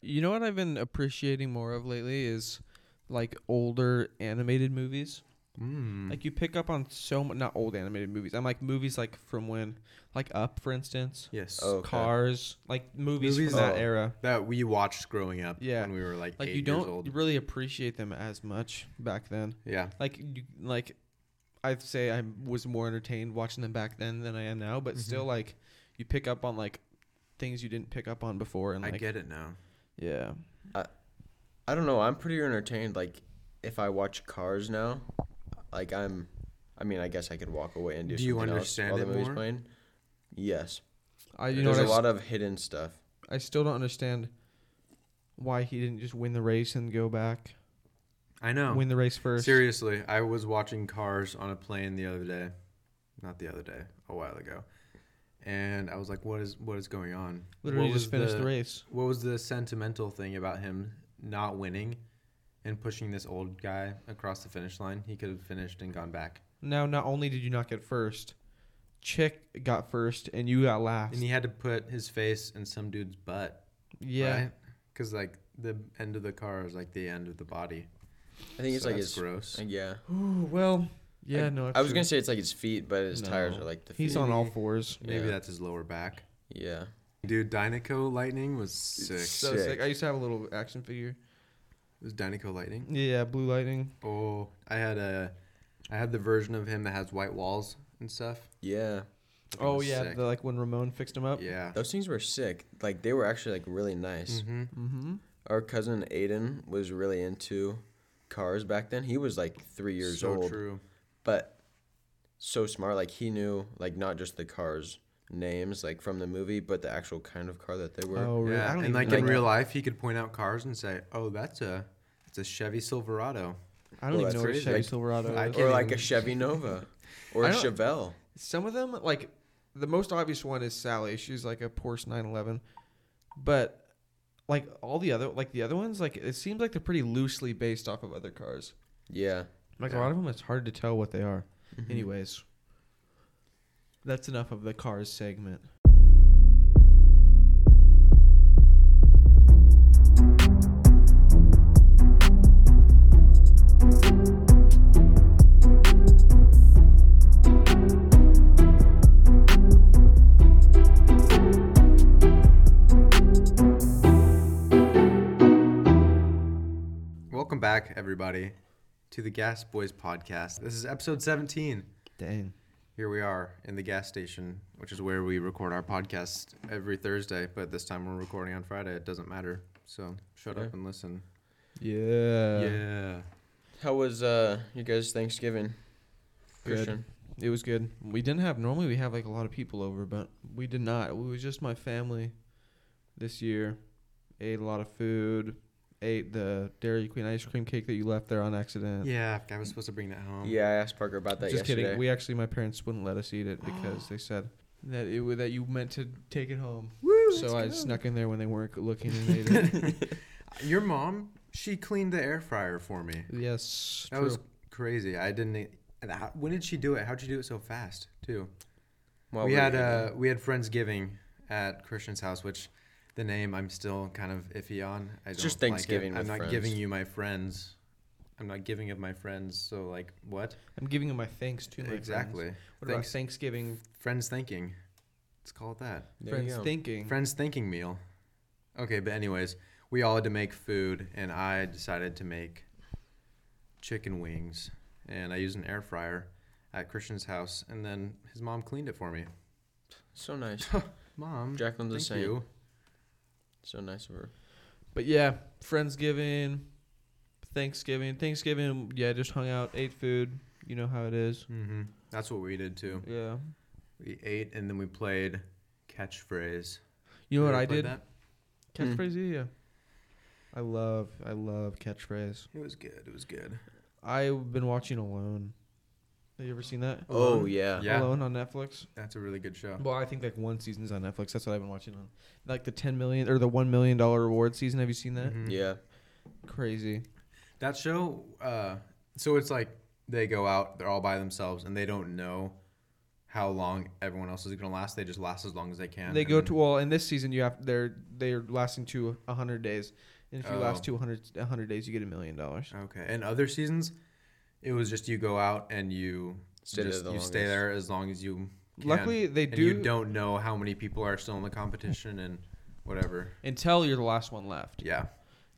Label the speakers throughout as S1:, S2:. S1: You know what I've been appreciating more of lately is like older animated movies.
S2: Hmm.
S3: Mm.
S1: Like you pick up on so much, not old animated movies. I'm like movies like from when, like Up, for instance,
S3: yes.
S2: Oh. Okay.
S1: Cars, like movies,
S3: Movies-
S1: from that
S2: Oh.
S1: era.
S3: That we watched growing up
S1: Yeah.
S3: when we were like,
S1: Like you
S3: eight years
S1: don't
S3: old.
S1: really appreciate them as much back then.
S3: Yeah.
S1: Like you, like I'd say I was more entertained watching them back then than I am now. But still, like you pick up on like things you didn't pick up on before, and like
S3: I get it now.
S1: yeah,
S2: I don't know. I'm pretty entertained. Like, if I watch Cars now, like I'm, I mean, I guess I could walk away and do.
S3: Do you
S2: something else
S3: understand it
S2: while the movie's
S3: more?
S2: Playing. Yes.
S1: I Uh, you know
S2: There's
S1: what I
S2: a
S1: s-
S2: lot of hidden stuff.
S1: I still don't understand why he didn't just win the race and go back.
S3: I know.
S1: Win the race first.
S3: Seriously, I was watching Cars on a plane the other day, not the other day, a while ago, and I was like, "What is what is going on?"
S1: Literally
S3: What
S1: just
S3: was
S1: finished the, race.
S3: What was the sentimental thing about him not winning and pushing this old guy across the finish line? He could have finished and gone back,
S1: Now, not only did you not get first, Chick got first and you got last.
S3: and he had to put his face in some dude's butt.
S1: yeah.
S3: because like the end of the car is like the end of the body.
S2: I think it's
S3: So
S2: like
S3: that's
S2: his. uh,
S3: gross.
S2: Yeah.
S1: Ooh, well, yeah,
S2: I,
S1: no.
S2: I was
S1: true.
S2: gonna say it's like his feet, but his tires
S1: No.
S2: are like the feet.
S1: He's on all fours.
S3: Maybe
S2: Yeah.
S3: that's his lower back.
S2: Yeah.
S3: Dude, Dynaco Lightning was sick.
S1: So
S2: Sick.
S1: sick. I used to have a little action figure.
S3: it was Dynaco Lightning.
S1: Yeah, Blue Lightning.
S3: Oh, I had a, I had the version of him that has white walls and stuff.
S2: Yeah.
S3: That
S1: Oh
S3: was
S1: yeah,
S3: sick.
S1: the, like when Ramon fixed him up.
S3: yeah.
S2: Those things were sick. Like they were actually like really nice.
S3: Mm-hmm.
S1: Mm-hmm.
S2: Our cousin Aiden was really into cars back then. He was like three years
S3: so
S2: old,
S3: true.
S2: but so smart. Like he knew like not just the cars names like from the movie, but the actual kind of car that they were.
S1: Oh, really? I
S3: Yeah,
S1: don't
S3: and
S1: even
S3: like
S1: know
S3: in
S1: that.
S3: real life, he could point out cars and say, "Oh, that's a, it's a Chevy Silverado."
S1: I don't even
S2: Well, that's
S1: know what a
S2: crazy.
S1: Chevy
S2: Like,
S1: Silverado
S3: I
S1: is.
S3: can't
S2: Or like a
S3: even-
S2: Chevy Nova, or
S1: I
S2: a
S1: don't-
S2: Chevelle.
S1: Some of them, like the most obvious one is Sally. She's like a Porsche 911, but like all the other, like the other ones, like it seems like they're pretty loosely based off of other cars.
S2: Yeah.
S1: Like a
S3: Yeah.
S1: lot of them, it's hard to tell what they are. Anyways, that's enough of the cars segment.
S3: Welcome back, everybody, to the Gas Boys podcast. This is episode 17.
S1: Dang.
S3: Here we are in the gas station, which is where we record our podcast every Thursday. But this time we're recording on Friday. It doesn't matter. So shut
S2: Yeah.
S3: up and listen.
S1: Yeah.
S3: yeah.
S2: How was uh you guys Thanksgiving?
S1: Good.
S2: Christian.
S1: It was good. We didn't have normally we have like a lot of people over, but we did not. It was just my family this year. Ate a lot of food. Ate the Dairy Queen ice cream cake that you left there on accident.
S3: Yeah, I was supposed to bring that home.
S2: Yeah, I asked Parker about that
S1: Um, Just
S2: yesterday.
S1: kidding. We actually my parents wouldn't let us eat it because they said that it wa- that you meant to take it home. so I snuck in there when they weren't looking and ate it.
S3: Your mom, she cleaned the air fryer for me.
S1: yes.
S3: That
S1: true.
S3: was crazy. I didn't. e- And how, when did she do it? How'd she do it so fast too?
S2: While
S3: we
S2: were
S3: had
S2: eating.
S3: uh, we had friendsgiving at Christian's house, which the name I'm still kind of iffy on. I
S2: It's just
S3: don't like it.
S2: Thanksgiving
S3: I'm
S2: with
S3: not
S2: friends.
S3: giving you my friends. I'm not giving of my friends. So like what?
S1: I'm giving them my thanks to my
S3: exactly.
S1: Friends. What
S3: Thanks.
S1: about Thanksgiving
S3: Friends thinking. Let's call it that.
S2: There you
S1: friends
S2: go.
S1: thinking?
S3: Friends thinking meal. Okay, but anyways, we all had to make food, and I decided to make chicken wings, and I used an air fryer at Christian's house, and then his mom cleaned it for me.
S2: So nice.
S3: Mom,
S2: Jacqueline's the
S3: thank
S2: same.
S3: you.
S2: So nice of her.
S1: But yeah, Friendsgiving, Thanksgiving, Thanksgiving. Yeah, just hung out, ate food. You know how it is.
S3: hmm That's what we did too.
S1: Yeah.
S3: We ate, and then we played catchphrase.
S1: You know what
S3: ever
S1: I
S3: played
S1: did?
S3: that?
S2: Mm.
S1: Catchphrase. Yeah. I love, I love catchphrase.
S3: It was good. It was good.
S1: I've been watching Alone. Have you ever seen that?
S2: Oh
S3: Alone?
S2: yeah.
S3: Yeah.
S1: Alone on Netflix.
S3: That's a really good show.
S1: Well, I think like one season's on Netflix. That's what I've been watching on. Like the ten million or the one million dollar reward season. Have you seen that?
S3: Mhm.
S2: Yeah.
S1: Crazy.
S3: That show, uh, so it's like they go out, they're all by themselves, and they don't know how long everyone else is going to last. They just last as long as they can.
S1: They
S3: and
S1: go
S3: then-
S1: to well in this season you have they're they're lasting to hundred days, and if you last
S3: Oh.
S1: to 100, 100 days you get a million dollars.
S3: Okay. And other seasons, it was just you go out and you
S2: Stay there
S3: just
S2: the
S3: you stay
S2: longest.
S3: there as long as you. Can.
S1: Luckily, they
S3: and You
S1: do-
S3: don't know how many people are still in the competition and whatever.
S1: Until you're the last one left,
S3: Yeah.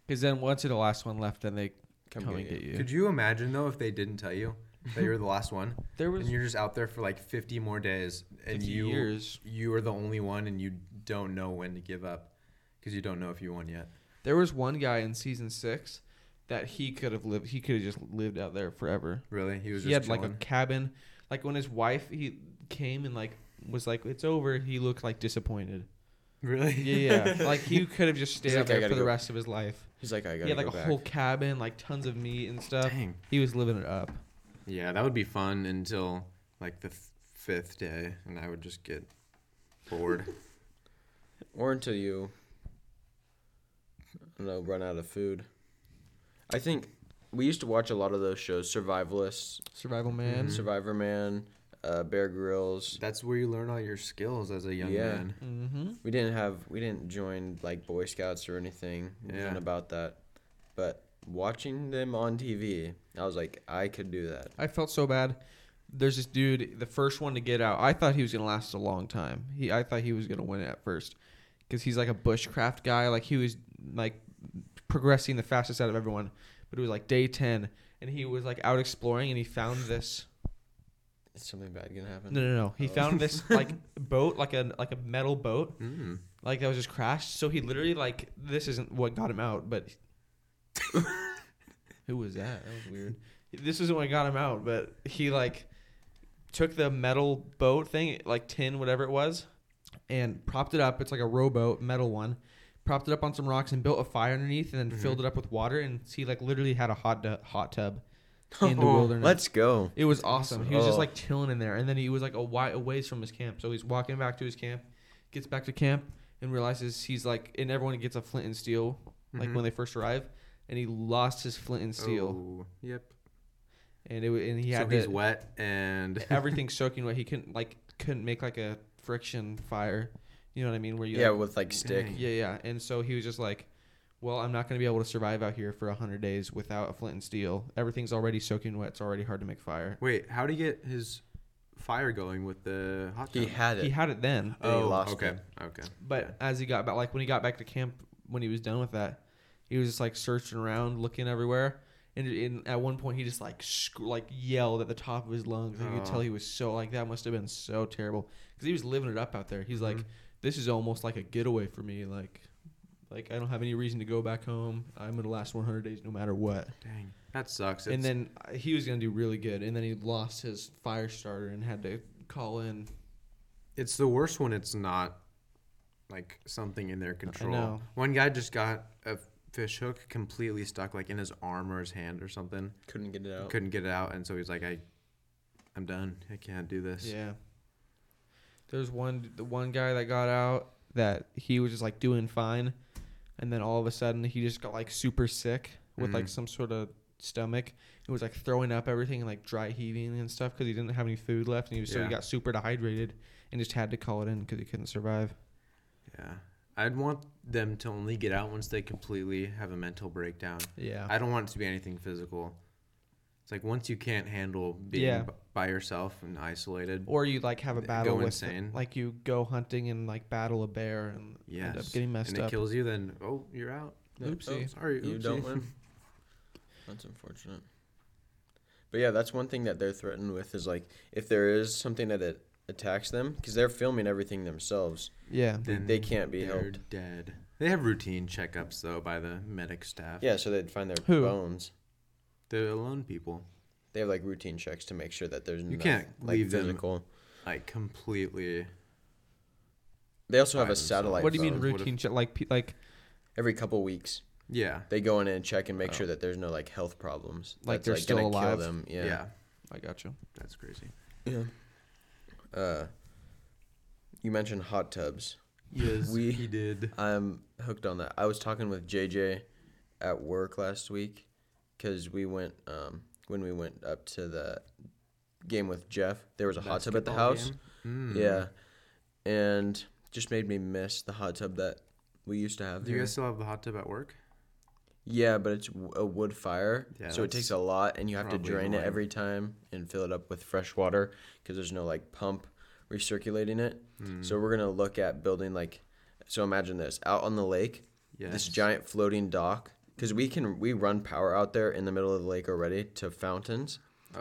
S1: because then once you're the last one left, then they
S2: Come
S1: come, and
S2: get you.
S1: get you.
S3: Could you imagine though if they didn't tell you that you were the last one,
S1: There was
S3: and you're just out there for like 50 more days, and
S1: 50
S3: you
S1: years.
S3: you are the only one, and you don't know when to give up because you don't know if you won yet.
S1: There was one guy in season six that he could have lived. He could have just lived out there forever.
S3: Really, he
S1: He,
S3: was just
S1: had like a
S3: chilling.
S1: cabin. Like when his wife he came and like was like it's over. He looked like disappointed.
S3: really
S1: Yeah, yeah. like he could have just stayed
S2: He's
S1: out
S2: like,
S1: there for
S2: "I gotta
S1: the
S2: go."
S1: rest of his life.
S2: He's like, I
S1: He
S2: gotta
S1: had like
S2: go
S1: a
S2: back.
S1: whole cabin, like tons of meat and stuff.
S3: Dang.
S1: He was living it up.
S3: Yeah, that would be fun until like the f- fifth day, and I would just get bored.
S2: or until you, I don't know, run out of food. I think we used to watch a lot of those shows, Survivalists,
S1: Survival man.
S2: Survivor Man, uh, Bear Grylls.
S3: That's where you learn all your skills as a young
S2: Yeah.
S3: man.
S1: Mm-hmm.
S2: We didn't have we didn't join like Boy Scouts or anything.
S3: Yeah.
S2: Nothing about that. But watching them on TV, I was like, I could do that.
S1: I felt so bad. There's this dude, the first one to get out. I thought he was gonna last a long time. He, I thought he was gonna win it at first, because he's like a bushcraft guy. Like he was like progressing the fastest out of everyone. But it was like day ten, and he was like out exploring, and he found this.
S2: Is something bad gonna happen?
S1: No, no, no. He
S2: Oh.
S1: found this like boat, like a like a metal boat,
S3: Mm.
S1: like that was just crashed. So he literally like this isn't what got him out, but who was that? That was weird. This isn't what got him out, but he like took the metal boat thing, like tin, whatever it was, and propped it up. It's like a rowboat, metal one. Propped it up on some rocks and built a fire underneath, and then
S2: Mm-hmm.
S1: filled it up with water. And he like literally had a hot du- hot tub in the
S2: Oh,
S1: wilderness.
S2: Let's go.
S1: It was awesome. He was just
S2: Oh.
S1: like chilling in there, and then he was like a while a ways from his camp. So he's walking back to his camp, gets back to camp, and realizes he's like, and everyone gets a flint and steel, like
S2: Mm-hmm.
S3: Mhm.
S1: when they first arrive, and he lost his flint and steel,
S3: Oh, yep.
S1: and it wa- and he
S3: so
S1: had
S3: he's
S1: to-
S3: wet and
S1: everything soaking wet. He couldn't like couldn't make like a friction fire, you know what I mean? Where you
S2: Yeah,
S1: like-
S2: with like stick.
S3: Dang.
S1: yeah, yeah. And so he was just like. Well, I'm not going to be able to survive out here for 100 days without a flint and steel. Everything's already soaking wet. It's already hard to make fire.
S3: wait. How do you get his fire going with the hot tub?
S2: He had it.
S1: He had it then.
S2: and he
S3: oh,
S2: lost
S3: okay,
S2: it.
S3: okay.
S1: But as he got back, like when he got back to camp, when he was done with that, he was just like searching around, looking everywhere. And, and at one point, he just like sc- like yelled at the top of his lungs. Like, You could
S3: Oh.
S1: tell he was so like that must have been so terrible because he was living it up out there. He's like, this is almost like a getaway for me. Like, like I don't have any reason to go back home. I'm gonna last 100 days no matter what.
S3: Dang, that sucks.
S1: and
S3: It's-
S1: then uh, he was gonna do really good. And then he lost his fire starter and had to call in.
S3: It's the worst when it's not like something in their control.
S1: know.
S3: One guy just got a fish hook completely stuck like in his arm or his hand or something.
S2: Couldn't get it out.
S3: Couldn't get it out and so he's like I I'm done. I can't do this.
S1: Yeah. There's one the one guy that got out that he was just like doing fine, and then all of a sudden he just got like super sick with like
S3: Mhm.
S1: some sort of stomach. It was like throwing up everything and like dry heaving and stuff because he didn't have any food left, and he was so he
S3: Yeah.
S1: got super dehydrated and just had to call it in because he couldn't survive.
S3: Yeah. I'd want them to only get out once they completely have a mental breakdown.
S1: Yeah.
S3: I don't want it to be anything physical. It's like once you can't handle being
S1: Yeah.
S3: b- by yourself and isolated.
S1: or you like have a
S3: Go
S1: battle with
S3: insane.
S1: like you go hunting and like battle a bear and end up
S3: Yes.
S1: getting messed
S3: and it
S1: up.
S3: kills you then oh, you're out.
S1: Oopsie.
S3: Oh, sorry.
S2: You
S3: oopsie.
S2: don't win. That's unfortunate. But yeah, that's one thing that they're threatened with is like if there is something that it attacks them because they're filming everything themselves.
S1: Yeah.
S3: Then
S2: they can't be
S3: they're
S2: helped.
S3: Dead. They have routine checkups though by the medic staff.
S2: Yeah, so they'd find their
S1: Who?
S2: bones.
S3: the lone people,
S2: They have like routine checks to make sure that there's no
S3: can't
S2: like
S3: leave them-
S2: physical.
S3: like completely.
S2: They also have
S3: by
S2: a
S3: themselves.
S2: satellite.
S1: What do you mean
S2: phone.
S3: What if-
S1: routine check? Like pe- like
S2: Every couple weeks,
S3: Yeah,
S2: they go in and check and make
S1: Oh.
S2: sure that there's no like health problems.
S1: Like
S2: that's,
S1: they're still
S2: gonna
S1: alive?
S2: Kill them.
S3: yeah,
S2: Yeah.
S1: I got you.
S3: that's crazy.
S2: Uh, you mentioned hot tubs.
S3: Yes,
S2: We-
S3: he did.
S2: I'm hooked on that. I was talking with JJ at work last week because we went um, when we went up to the game with Jeff, there was a hot tub at the
S3: Basketball
S2: house.
S3: game? Mm.
S2: Yeah. And just made me miss the hot tub that we used to have
S3: Do you
S2: here.
S3: guys still have the hot tub at work?
S2: yeah, but it's w- a wood fire.
S3: Yeah,
S2: so it
S3: that's
S2: takes a lot and you have to
S3: probably
S2: drain
S3: annoying.
S2: it every time and fill it up with fresh water because there's no like pump recirculating it.
S3: Hmm.
S2: So we're going to look at building like so imagine this out on the lake,
S3: Yes.
S2: this giant floating dock because we can we run power out there in the middle of the lake already to fountains.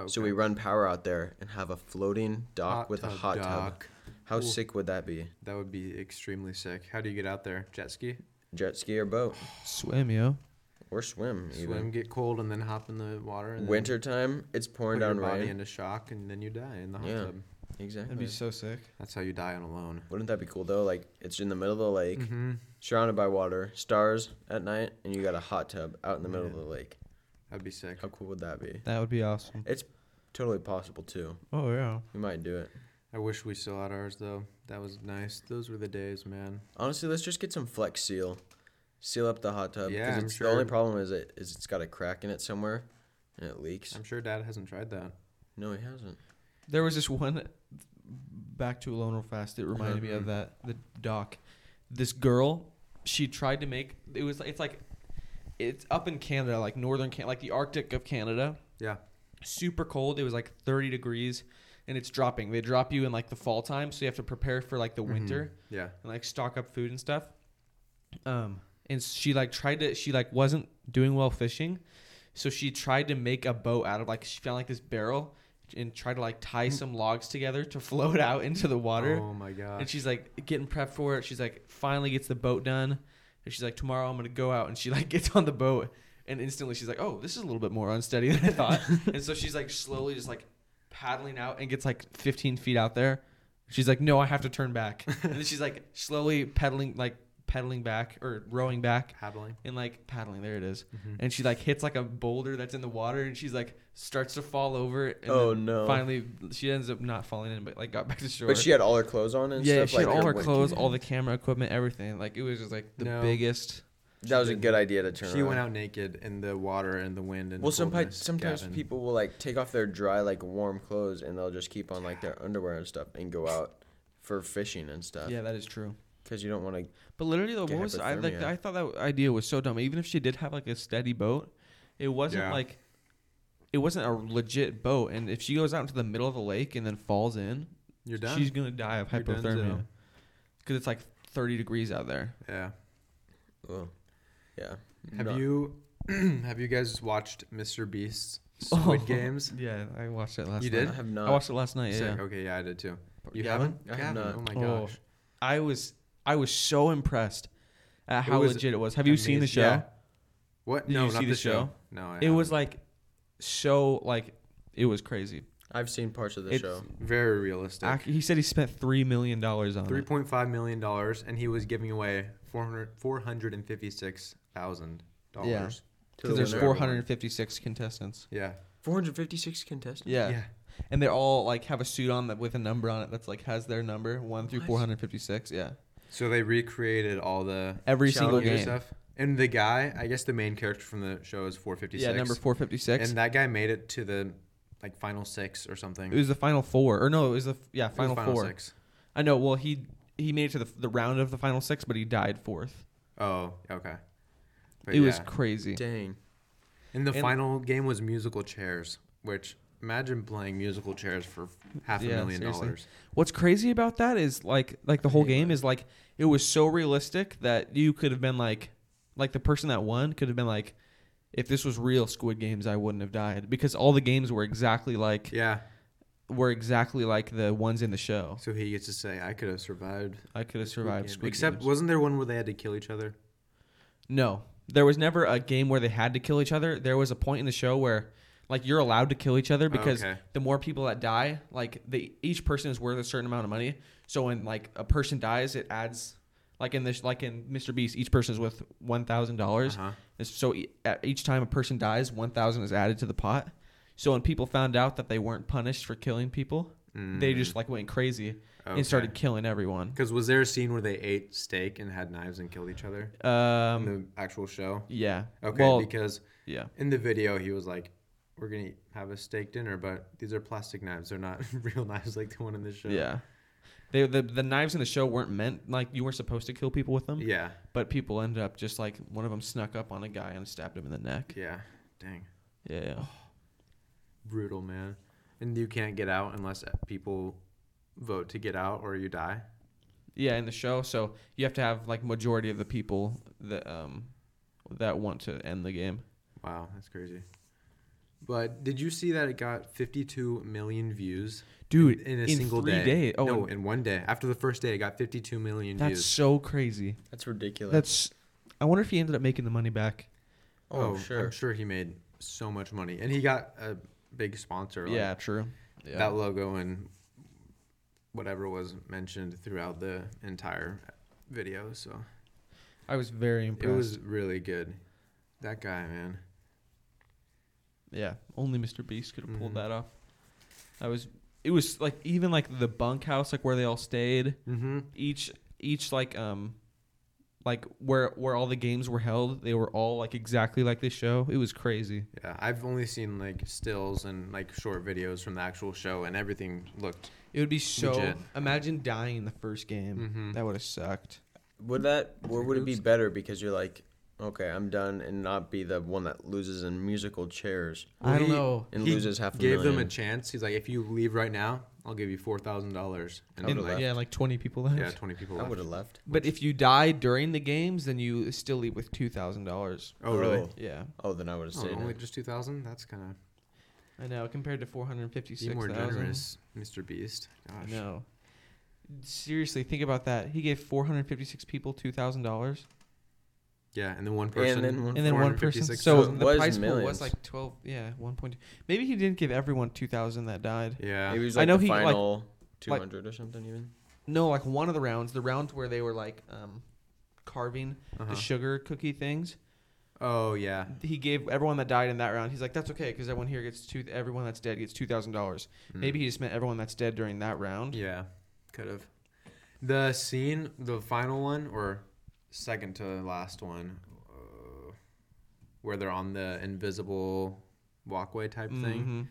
S2: So we
S3: Okay.
S2: run power out there and have a floating dock
S3: Hot
S2: with a
S3: tub
S2: hot tub.
S3: dock.
S2: How
S3: Cool.
S2: sick would that be?
S3: That would be extremely sick. How do you get out there? Jet ski?
S2: Jet ski or boat
S1: Swim, yo.
S2: or swim
S3: Swim,
S2: even.
S3: get cold, and then hop in the water. And then
S2: Wintertime, it's pouring
S3: put your
S2: down
S3: body
S2: rain.
S3: into shock, and then you die in the hot
S2: Yeah.
S3: tub.
S2: exactly.
S1: That'd be so sick.
S3: That's how you die on alone.
S2: Wouldn't that be cool though? Like it's in the middle of the lake,
S3: Mm-hmm.
S2: surrounded by water, stars at night, and you got a hot tub out in the middle of
S3: Man.
S2: the lake.
S3: That'd be sick.
S2: How cool would that be?
S1: That would be awesome.
S2: It's totally possible too.
S1: Oh yeah.
S2: We might do it.
S3: I wish we still had ours though. That was nice. Those were the days, man.
S2: Honestly, let's just get some Flex Seal, seal up the hot tub. 'cause
S3: Yeah, I'm
S2: it's The only
S3: sure.
S2: problem is it is it's got a crack in it somewhere, and it leaks.
S3: I'm sure Dad hasn't tried that.
S2: No, he hasn't.
S1: There was this one back to alone real fast. It reminded me of
S3: Mhm.
S1: that the doc. This girl, she tried to make it was it's like it's up in Canada, like northern Can like the Arctic of Canada.
S3: Yeah.
S1: Super cold. It was like 30 degrees and it's dropping. They drop you in like the fall time, so you have to prepare for like the winter
S3: Yeah.
S1: and like stock up food and stuff. Um, and she like tried to she like wasn't doing well fishing, so she tried to make a boat out of like she found like this barrel and tried to like tie some logs together to float out into the water.
S3: Oh my god.
S1: And she's like getting prepped for it. She's like finally gets the boat done, and she's like tomorrow I'm gonna go out. And she like gets on the boat and instantly she's like oh this is a little bit more unsteady than I thought. and so she's like slowly just like paddling out and gets like 15 feet out there. She's like no I have to turn back. and then she's like slowly pedaling like pedaling back or rowing back
S3: paddling.
S1: and like paddling there it is.
S2: Mm-hmm.
S1: And she like hits like a boulder that's in the water and she's like starts to fall over. And
S2: Oh,
S1: then
S2: no.
S1: Finally she ends up not falling in but like got back to shore
S2: But she had all her clothes on and
S1: yeah,
S2: stuff.
S1: she
S2: like
S1: had all
S2: that.
S1: her
S2: Wicked.
S1: clothes, all the camera equipment, everything. Like it was just like the
S3: No.
S1: biggest.
S2: That was a good idea to turn.
S3: She went
S2: around.
S3: out naked in the water and the wind and
S2: Well, sometimes
S3: coldness,
S2: sometimes
S3: Gavin.
S2: people will like take off their dry like warm clothes and they'll just keep on like their underwear and stuff and go out for fishing and
S3: Uh,
S2: stuff.
S1: Yeah, that is true.
S2: Because you don't want to.
S1: But literally, though,
S2: Get
S1: what was I like?
S2: hypothermia.
S1: I thought that idea was so dumb. Even if she did have like a steady boat, it wasn't
S3: Yeah.
S1: like it wasn't a legit boat. And if she goes out into the middle of the lake and then falls in,
S3: You're done.
S1: she's gonna die of
S3: You're donezo.
S1: hypothermia because it's like 30 degrees out there.
S3: yeah.
S2: Well, yeah.
S3: Have
S2: Not-
S3: you have you guys watched Mr. Beast's Squid Games?
S1: Yeah, I watched it last.
S3: You
S1: night.
S3: did?
S2: I have
S1: I
S2: not.
S1: watched it last night.
S3: Sick.
S1: Yeah,
S3: Okay, yeah, I did too. You
S2: You
S3: haven't?
S2: haven't? I have
S3: Gavin,
S2: not.
S3: Oh my
S1: Oh,
S3: gosh.
S1: I was I was so impressed at how
S3: was
S1: legit it was. Have you seen the show?
S3: Amazing. Yeah. What?
S1: Did
S3: no,
S1: you
S3: not
S1: see
S3: the
S1: the
S3: show.
S1: show?
S3: No, I
S1: It was
S3: haven't.
S1: like so like it was crazy.
S2: I've seen parts of the
S1: It's-
S2: show.
S3: very realistic.
S1: Ac- he said he spent three million dollars on
S3: Three
S1: it.
S3: point five million dollars, and he was giving away four hundred four hundred and fifty six thousand dollars.
S2: To
S1: Because
S2: the
S1: there's
S2: winner.
S3: winner.
S1: 456 contestants.
S3: Yeah.
S2: 456 contestants.
S1: Yeah.
S3: Yeah.
S1: and they all like have a suit on that with a number on it that's like has their number one through
S2: What?
S1: 456. Yeah,
S3: So they recreated all the
S1: every single
S3: challenges
S1: game.
S3: stuff. And the guy, I guess the main character from the show is four fifty six.
S1: Yeah, number 456.
S3: And that guy made it to the like final six or something.
S1: it was the final four, or no, it was the f- yeah
S3: It was
S1: final, four.
S3: six.
S1: I know. Well, he he made it to the, the round of the final six, but he died fourth.
S3: Oh, okay. But
S1: it was
S3: yeah.
S1: crazy.
S2: Dang.
S3: And the
S1: and-
S3: final game was musical chairs, which imagine playing musical chairs for half a
S1: Yeah,
S3: million
S1: seriously.
S3: dollars.
S1: What's crazy about that is like like the whole game is like it was so realistic that you could have been like like the person that won could have been like if this was real Squid Games I wouldn't have died because all the games were exactly like
S3: Yeah.
S1: were exactly like the ones in the show.
S3: So he gets to say, "I could have survived."
S1: I could
S3: the
S1: have survived
S3: Game."
S1: Squid
S3: Except,
S1: Games.
S3: wasn't there one where they had to kill each other?
S1: No. There was never a game where they had to kill each other. There was a point in the show where like you're allowed to kill each other
S3: Oh,
S1: because
S3: Okay.
S1: the more people that die, like they each person is worth a certain amount of money. So when like a person dies, it adds like in this like in Mr. Beast, each person is worth one thousand dollars.
S3: Uh-huh.
S1: So e- at each time a person dies, one thousand is added to the pot. So when people found out that they weren't punished for killing people, they just like went crazy
S3: Mm. Okay.
S1: and started killing everyone.
S3: Because was there a scene where they ate steak and had knives and killed each other
S1: Um,
S3: in the actual show?
S1: yeah.
S3: Okay,
S1: well,
S3: because
S1: yeah.
S3: in the video he was like, we're gonna eat- have a steak dinner, but these are plastic knives. They're not real knives like the one in the show.
S1: Yeah. They, the, the knives in the show weren't meant like you were supposed to kill people with them,
S3: Yeah.
S1: but people ended up just like one of them snuck up on a guy and stabbed him in the neck.
S3: Yeah. Dang.
S1: Yeah,
S3: Brutal, man. And you can't get out unless people vote to get out or you die.
S1: yeah, in the show, so you have to have like majority of the people that um that want to end the game.
S3: Wow, that's crazy. But did you see that it got 52 million views
S1: Dude,
S3: in a single
S1: three
S3: day?
S1: days- Oh,
S3: no,
S1: in-
S3: in one day. After the first day, it got 52 million
S1: that's
S3: views.
S1: so crazy.
S2: That's ridiculous.
S1: That's. I wonder if he ended up making the money back.
S2: oh, I'm
S3: I'm
S2: sure.
S3: sure he made so much money, and he got a big sponsor. like,
S1: Yeah, true. Yeah.
S3: that logo and whatever was mentioned throughout the entire video. So
S1: I was very impressed.
S3: it was really good. That guy, man.
S1: Yeah, only Mr. Beast could have pulled
S3: Mhm.
S1: that off. I was. It was like even like the bunkhouse, like where they all stayed.
S3: Mm-hmm.
S1: Each each like um, like where where all the games were held. They were all like exactly like this show. It was crazy.
S3: Yeah, I've only seen like stills and like short videos from the actual show, and everything looked.
S1: It would be so.
S3: Legit.
S1: Imagine dying in the first game.
S3: Mhm.
S1: That would have sucked.
S2: Would that or would it be
S3: Oops.
S2: better because you're like, okay, I'm done, and not be the one that loses in musical chairs
S1: I don't
S3: he
S1: know.
S2: and
S3: he
S2: loses half a
S3: gave them a
S2: million?
S3: chance. He's like, if you leave right now, I'll give you four thousand dollars. And
S2: would've
S1: And,
S3: like,
S2: left.
S1: yeah, like twenty people left.
S3: yeah, twenty people.
S2: I
S3: Left.
S2: would have left.
S1: but if you die during the games, then you still leave with two thousand dollars.
S3: Oh really?
S2: Oh,
S1: Yeah,
S2: Oh, then I would have
S3: Oh,
S2: stayed.
S3: only
S2: in.
S3: just two thousand? That's kind of
S1: I know. Compared to four hundred
S3: be
S1: fifty-six
S3: more
S1: thousand.
S3: generous, Mr. Beast.
S1: I
S3: Gosh.
S1: know. Seriously, think about that. He gave 456 people $2,000,
S3: Yeah, and then one person.
S2: then one-
S1: and then one person.
S3: 456
S1: So
S2: thousand.
S1: the
S2: Was
S1: price pool was
S2: millions.
S1: like 12, yeah, 1.2. Maybe he didn't give everyone 2,000 that died.
S3: yeah.
S2: Maybe it was
S1: I
S2: like
S1: know
S2: the
S1: he, like-
S2: final 200 or something even.
S1: No, like one of the rounds, the rounds where they were like um, carving
S3: Uh-huh.
S1: the sugar cookie things.
S3: Oh yeah.
S1: He gave everyone that died in that round. He's like, that's okay because everyone here gets two. Everyone that's dead gets two thousand dollars. Maybe he just meant everyone that's dead during that round.
S3: Hmm. Yeah, could have. The scene, the final one or second to last one, uh, where they're on the invisible walkway type thing.
S1: Mhm.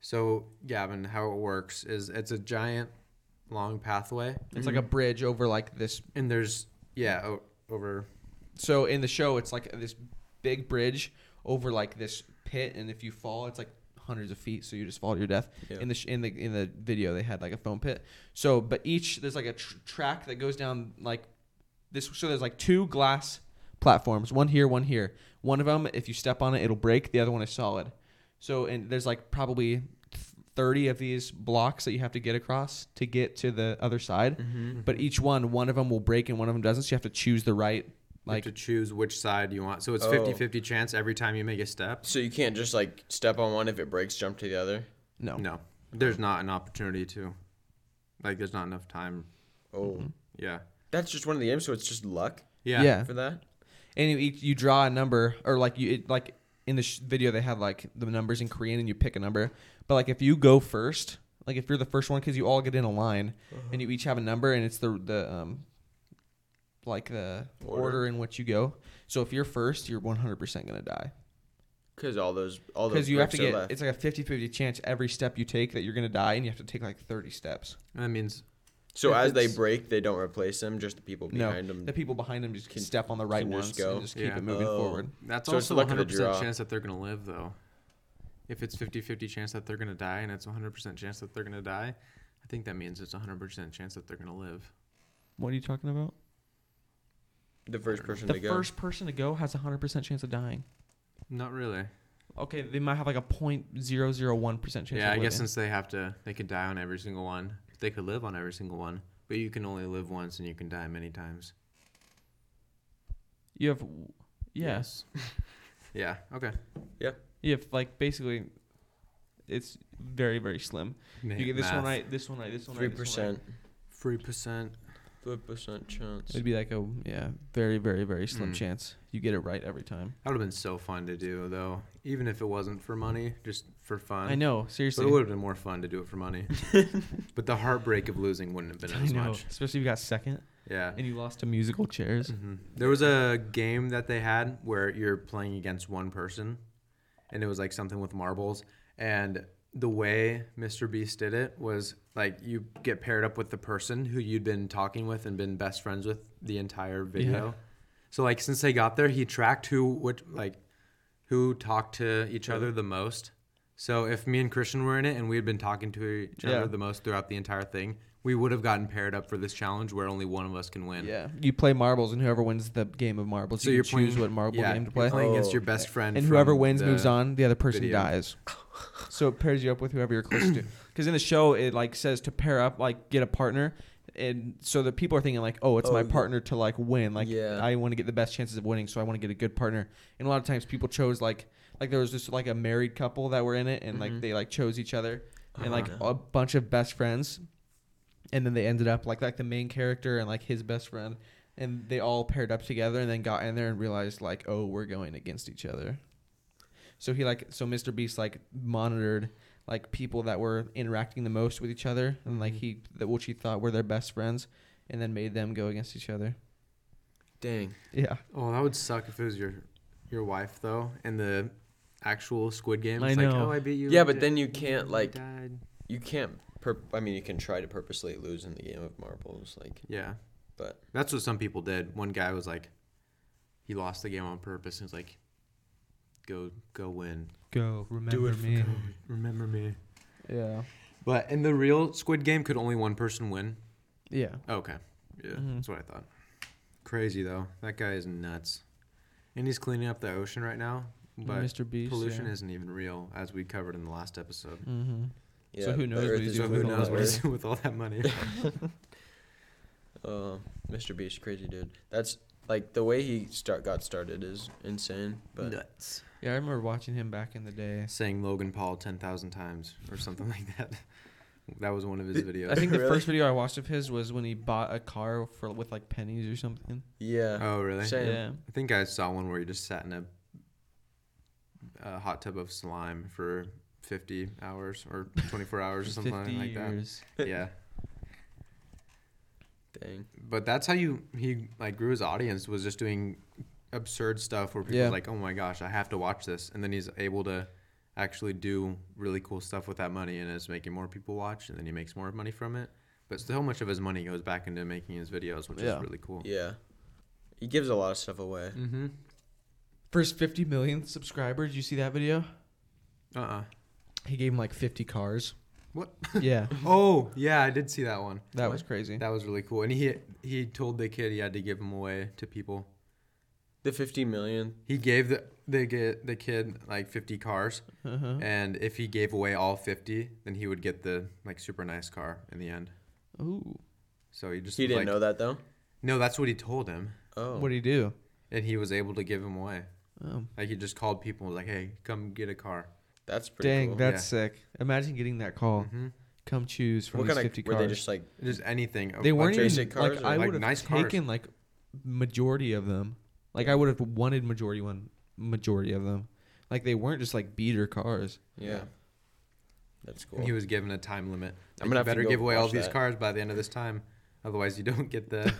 S3: So Gavin, how it works is it's a giant, long pathway,
S1: It's like a
S3: Hmm.
S1: bridge over like this
S3: and there's yeah o- over
S1: so in the show it's like this big bridge over like this pit and if you fall it's like hundreds of feet so you just fall to your death
S2: Yeah.
S1: in the sh- in the in the video they had like a foam pit so but each there's like a tr- track that goes down like this so there's like two glass platforms one here one here one of them if you step on it it'll break the other one is solid so and there's like probably th- 30 of these blocks that you have to get across to get to the other side but each one one of them will break and one of them doesn't so you have to choose the right like
S3: like to choose which side you want. So it's
S2: Oh.
S3: 50-50 chance every time you make a step.
S2: So you can't just like step on one if it breaks, jump to the other.
S1: No.
S3: No, there's not an opportunity to, like, there's not enough time.
S2: Oh,
S3: Yeah,
S2: that's just one of the games. So it's just luck
S3: yeah,
S1: Mm-hmm. Yeah.
S2: for that.
S1: And you, each- you draw a number, or like you it, like in the sh- video they have like the numbers in Korean, and you pick a number. But like if you go first, like if you're the first one, because you all get in a line, and you each have a number, and it's the the um like the order,
S2: Order.
S1: in which you go. So if you're first, you're 100% gonna die
S2: Because all those, all those.
S1: because you have to
S2: bricks are
S1: get
S2: left.
S1: it's like a 50-50 chance every step you take that you're gonna die, and you have to take like 30 steps.
S3: And that means
S2: So
S1: if
S2: as they
S1: it's-
S2: break, they don't replace them. Just the people
S1: No,
S2: behind them.
S1: the people behind them just
S2: Can-
S1: step on the right
S2: can just
S1: ones
S2: go.
S1: and just keep
S3: Yeah.
S1: it moving
S2: Oh.
S1: forward.
S3: That's
S2: So it's
S3: also
S2: luck
S3: a
S2: of the
S3: 100%
S2: draw.
S3: chance that they're going to live, though. If it's 50-50 chance that they're going to die and it's a 100% chance that they're going to die, I think that means it's a 100% chance that they're going to live.
S1: What are you talking about?
S2: the first person
S1: The
S2: to go.
S1: first person to go has a 100% chance of dying.
S3: Not really.
S1: Okay, they might have like a point zero zero one percent chance.
S3: yeah,
S1: of
S3: I guess
S1: living.
S3: since they have to, they could die on every single one. They could live on every single one, but you can only live once and you can die many times.
S1: you have, yeah,
S3: yeah. Okay.
S1: you have like basically, it's very very slim. You get this one right, this one right, this one
S2: Three
S1: right, this one right.
S2: percent.
S3: Three percent.
S2: Three percent chance.
S1: It'd be like a yeah, very very very slim
S3: Mm.
S1: chance you get it right every time.
S3: That would have been so fun to do, though. Even if it wasn't for money, just for fun.
S1: I know,
S3: Um, But
S1: seriously.
S3: it would have been more fun to do it for money. but the heartbreak of losing wouldn't have been
S1: I
S3: as
S1: know,
S3: much.
S1: especially if you got second
S3: Yeah.
S1: and you lost to musical chairs.
S3: Mm-hmm. Mhm. There was a game that they had where you're playing against one person, and it was like something with marbles. And the way Mr. Beast did it was like you get paired up with the person who you'd been talking with and been best friends with the entire video.
S1: Yeah.
S3: So like since they got there, he tracked who which like who talked to each other the most. So if me and Christian were in it and we had been talking to each
S1: Yeah.
S3: other the most throughout the entire thing, we would have gotten paired up for this challenge where only one of us can win.
S1: Yeah, you play marbles, and whoever wins the game of marbles,
S3: So
S1: you
S3: you are
S1: can choose
S3: playing,
S1: what marble
S3: yeah,
S1: game to
S3: you're
S1: play.
S3: playing against
S2: Oh,
S3: your best friend,
S1: and whoever
S3: from
S1: wins
S3: the-
S1: moves on. The other person
S3: video.
S1: dies. so it pairs you up with whoever you're close to. Because in the show, it like says to pair up, like get a partner, and so the people are thinking like, oh, it's
S2: Oh,
S1: my
S2: yeah.
S1: partner to like win. Like
S2: Yeah.
S1: I want to get the best chances of winning, so I want to get a good partner. And a lot of times, people chose like like there was just like a married couple that were in it, and like
S3: Mhm.
S1: they like chose each other, and like
S2: Mm-hmm. Uh-huh.
S1: a bunch of best friends, and then they ended up like like the main character and like his best friend. And they all paired up together and then got in there and realized like, oh, we're going against each other. So he like so Mr. Beast like monitored like people that were interacting the most with each other and
S2: Mm-hmm.
S1: like he that which he thought were their best friends and then made them go against each other.
S2: Dang.
S1: Yeah.
S3: Oh, that would suck if it was your your wife though, and the actual Squid Game.
S1: I
S3: It's Like,
S1: know.
S3: oh, I beat you.
S2: Yeah,
S3: I
S2: but
S3: did-
S2: then you can't
S3: I
S2: like
S3: died."
S2: you can't. Pur- I mean, you can try to purposely lose in the game of marbles, like,
S3: Yeah,
S2: but
S3: that's what some people did. One guy was like, he lost the game on purpose. and was like, go go win.
S1: Go remember
S3: Remember me.
S1: Yeah.
S3: But in the real Squid Game, could only one person win.
S1: Yeah.
S3: Okay. Yeah,
S1: Mhm.
S3: that's what I thought. Crazy though. That guy is nuts. And he's cleaning up the ocean right now. But
S1: Mr. Mm, Beast.
S3: pollution isn't even real, as we covered in the last episode.
S1: Mm-hmm.
S2: yeah.
S1: who
S2: the
S1: knows what
S2: Earth
S1: he's
S2: is
S1: doing
S3: So who
S1: with
S2: full
S1: all
S3: knows
S2: of
S3: what he's
S2: water.
S3: doing with all that money?
S2: Uh, Mr. Beast, crazy dude. That's like the way he start got started is insane. But
S3: Nuts.
S1: Yeah, I remember watching him back in the day.
S3: Saying Logan Paul ten thousand times or something like that. That was one of his videos.
S1: I think the
S2: Really?
S1: first video I watched of his was when he bought a car for with like pennies or something.
S2: yeah,
S3: oh really?
S2: Same.
S1: Yeah.
S3: I think I saw one where he just sat in a, a hot tub of slime for fifty hours or twenty four hours or something like
S1: years.
S3: that. Yeah.
S2: dang.
S3: but that's how you he like grew his audience was just doing absurd stuff where people
S1: Yeah.
S3: were like oh my gosh i have to watch this and then he's able to actually do really cool stuff with that money and it's making more people watch and then he makes more money from it but still much of his money goes back into making his videos which
S1: Yeah.
S3: is really cool
S2: Yeah, he gives a lot of stuff away.
S3: mm-hmm
S1: First 50 million subscribers. You see that video?
S3: uh-uh
S1: He gave him like 50 cars.
S3: What?
S1: yeah.
S3: oh yeah i did see that one
S1: That was crazy.
S3: that was really cool and he he told the kid he had to give them away to people
S2: The 50 million.
S3: he gave the the, ge- the kid like 50 cars
S1: uh-huh.
S3: And if he gave away all 50, then he would get the like super nice car in the end.
S1: Ooh.
S3: So he just
S2: He didn't
S3: like,
S2: know that though.
S3: No, that's what he told him,
S2: Oh,
S1: What'd he do?
S3: and he was able to give him away.
S1: Oh,
S3: Like he just called people and was like, "Hey, come get a car."
S2: that's pretty
S1: dang,
S2: cool.
S1: that's
S3: Yeah.
S1: sick. Imagine getting that call.
S3: Mhm.
S1: Come choose from
S2: what
S1: these
S2: kind of
S1: 50
S2: were
S1: cars.
S2: they just like?
S3: Just anything. a
S1: They
S3: bunch
S1: weren't
S3: of-
S1: even
S2: basic
S1: like
S2: cars or
S1: I
S3: like
S1: would have
S3: nice cars?
S1: taken like majority of them. Like I would have wanted majority one majority of them. Like they weren't just like beater cars.
S2: Yeah,
S3: Yeah.
S2: that's cool.
S3: He was given a time limit. Like,
S2: gonna
S3: you
S2: have to
S3: better
S2: go
S3: give away all
S2: watch
S3: these
S2: that.
S3: cars by the end of this time, otherwise you don't get the.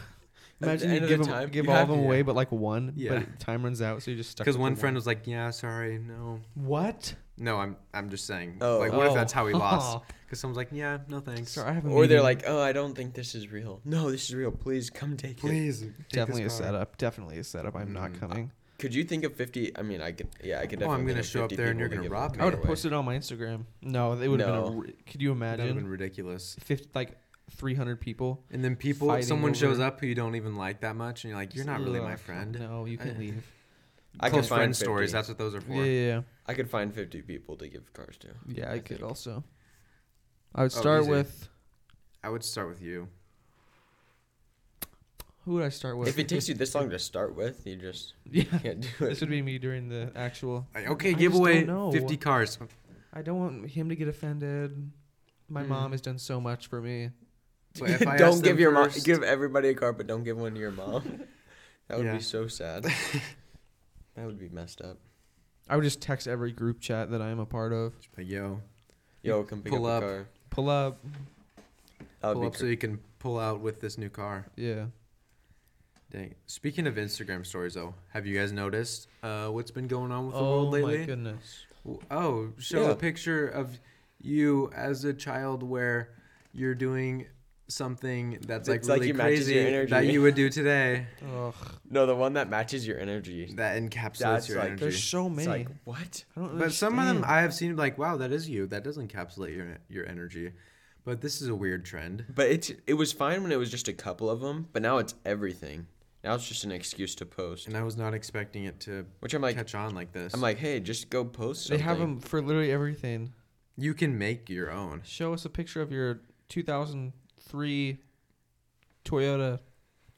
S2: the
S1: Imagine
S2: end
S1: you
S2: of
S1: give
S2: the
S1: 'em-
S2: time,
S1: give
S3: you
S1: all
S3: have
S1: of them
S3: to-
S1: away, but like one.
S3: Yeah.
S1: But time runs out, so you're just stuck.
S3: Because
S1: with
S3: one
S1: the
S3: friend was like, "Yeah, sorry, no,
S1: What?
S3: no, I'm, I'm just saying.
S2: Oh.
S3: like, what
S1: Oh.
S3: if that's how he lost? Because someone's like, "Yeah, no, thanks.
S1: Sorry, I have a
S2: or
S1: meeting.
S2: they're like, oh, I don't think this is real. No, this is real. Please come take it.
S3: Please, take this
S1: definitely a
S3: car."
S1: setup. Definitely a setup. I'm not
S3: Mm.
S1: coming.
S2: Could you think of 50? I mean, I could. Yeah, I could.
S3: Oh,
S2: Definitely
S3: I'm gonna
S2: think of
S3: show up
S2: 50
S3: there and
S2: people
S3: you're
S2: to
S3: gonna rob
S2: give
S3: me.
S1: I
S2: away.
S1: would have posted it on my Instagram. No, it would have been.
S2: No.
S1: A, re- could you
S3: That would have
S1: imagine?
S3: been ridiculous.
S1: 50, like 300 people.
S3: And then people,
S1: fighting
S3: someone shows
S1: over-
S3: up who you don't even like that much, and you're like, you're not really my
S1: Ugh,
S3: friend.
S1: No, you can
S3: I-
S1: leave.
S2: I
S3: Close
S2: could find
S3: friend stories.
S2: 50.
S3: That's what those are for.
S1: Yeah, yeah,
S2: I could find 50 people to give cars to.
S1: yeah. yeah I,
S2: I
S1: could
S2: think.
S1: also. I would
S3: Oh,
S1: start
S3: easy.
S1: with
S3: I would start with you.
S1: who would I start with?
S2: If it takes you this long to start with, you just
S1: yeah,
S2: can't do
S1: this
S2: it.
S1: would be me during the actual.
S3: Like, okay,
S1: I
S3: give
S1: just don't
S3: away
S1: know.
S3: 50 cars.
S1: I don't want him to get offended. My
S3: Mm.
S1: mom has done so much for me.
S3: But if I ask
S2: don't
S3: them
S2: give your mom.
S3: first-
S2: Give everybody a car, but don't give one to your mom. That would
S3: Yeah.
S2: be so sad. that would be messed up.
S1: I would just text every group chat that I am a part of.
S3: Just be like, yo,
S2: Yo, come pick
S3: Pull
S2: up,
S3: up.
S2: a car.
S1: Pull up,
S2: That would
S3: pull
S2: be
S3: up so
S2: cr-
S3: you can pull out with this new car.
S1: yeah.
S3: Dang. Speaking of Instagram stories, though, have you guys noticed uh, what's been going on with the
S1: oh
S3: world lately?
S1: my goodness.
S3: W- Oh, show
S2: Yeah.
S3: a picture of you as a child where you're doing something that's like
S2: It's like
S3: really
S2: you matches
S3: crazy
S2: your
S3: that
S2: energy.
S3: you would do today
S1: Ugh,
S2: No, the one that matches your energy.
S3: that encapsulates
S2: That's
S3: your
S2: like-
S3: energy.
S1: there's so
S2: It's
S1: many.
S2: like what?
S1: I don't
S3: But some of them
S1: understand.
S3: I have seen like, wow, that is you. That does encapsulate your your energy. But this is a weird trend.
S2: But it's it was fine when it was just a couple of them, but now it's everything. Now it's just an excuse to post,
S3: And I was not expecting it to
S2: which I'm like,
S3: catch on like this.
S2: I'm like, hey, just go post.
S1: they
S2: Something.
S1: have them for literally everything.
S3: you can make your own.
S1: Show us a picture of your 2003 Toyota.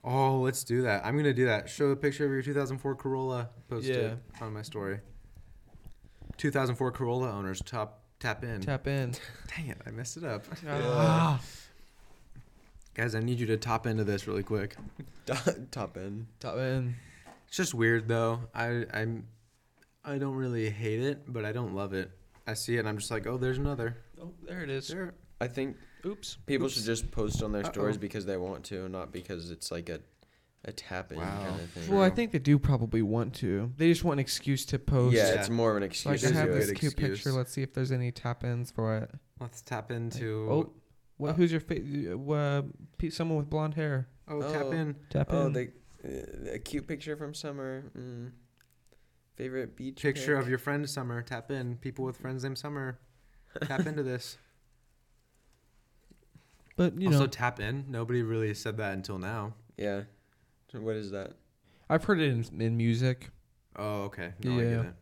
S3: Oh, let's do that. I'm gonna do that. Show a picture of your 2004 Corolla. Post it on my story. 2004 Corolla owners top tap in.
S1: Tap in.
S3: Dang it, I messed it up.
S1: Ah,
S3: Guys, I need you to top into this really quick.
S2: top end.
S1: tap in.
S3: It's just weird though. I I'm I don't really hate it, but I don't love it. I see it and I'm just like, oh, there's another.
S1: Oh, there it is.
S3: There.
S2: I think
S1: Oops.
S2: people should just post on their
S3: Uh-oh.
S2: stories because they want to, not because it's like a a tap in
S3: Wow.
S2: kind of thing.
S1: Well, I
S3: True.
S1: think they do probably want to. They just want an excuse to post.
S2: yeah,
S3: Yeah.
S2: it's more of an
S1: Like
S2: excuse.
S1: I
S3: is
S2: to
S1: have
S2: do
S3: a
S1: this
S2: it.
S3: good
S1: cute picture.
S3: excuse.
S1: Let's see if there's any tap ins for it.
S3: Let's tap into
S1: oh, what?
S3: uh,
S1: who's your fa- uh, pe- someone with blonde hair?
S3: oh, tap
S2: Oh.
S3: in.
S1: Tap
S2: Oh,
S1: in.
S2: the uh, a cute picture from summer. Mm. Favorite beach
S3: Picture
S2: pic?
S3: of your friend Summer. Tap in. People with friends named Summer. Tap into this.
S1: but you
S3: also
S1: know,
S3: tap in. Nobody really said that until now.
S2: yeah. So what is that?
S1: I've heard it in, in music.
S3: Oh, okay. No, I
S1: Yeah.
S3: get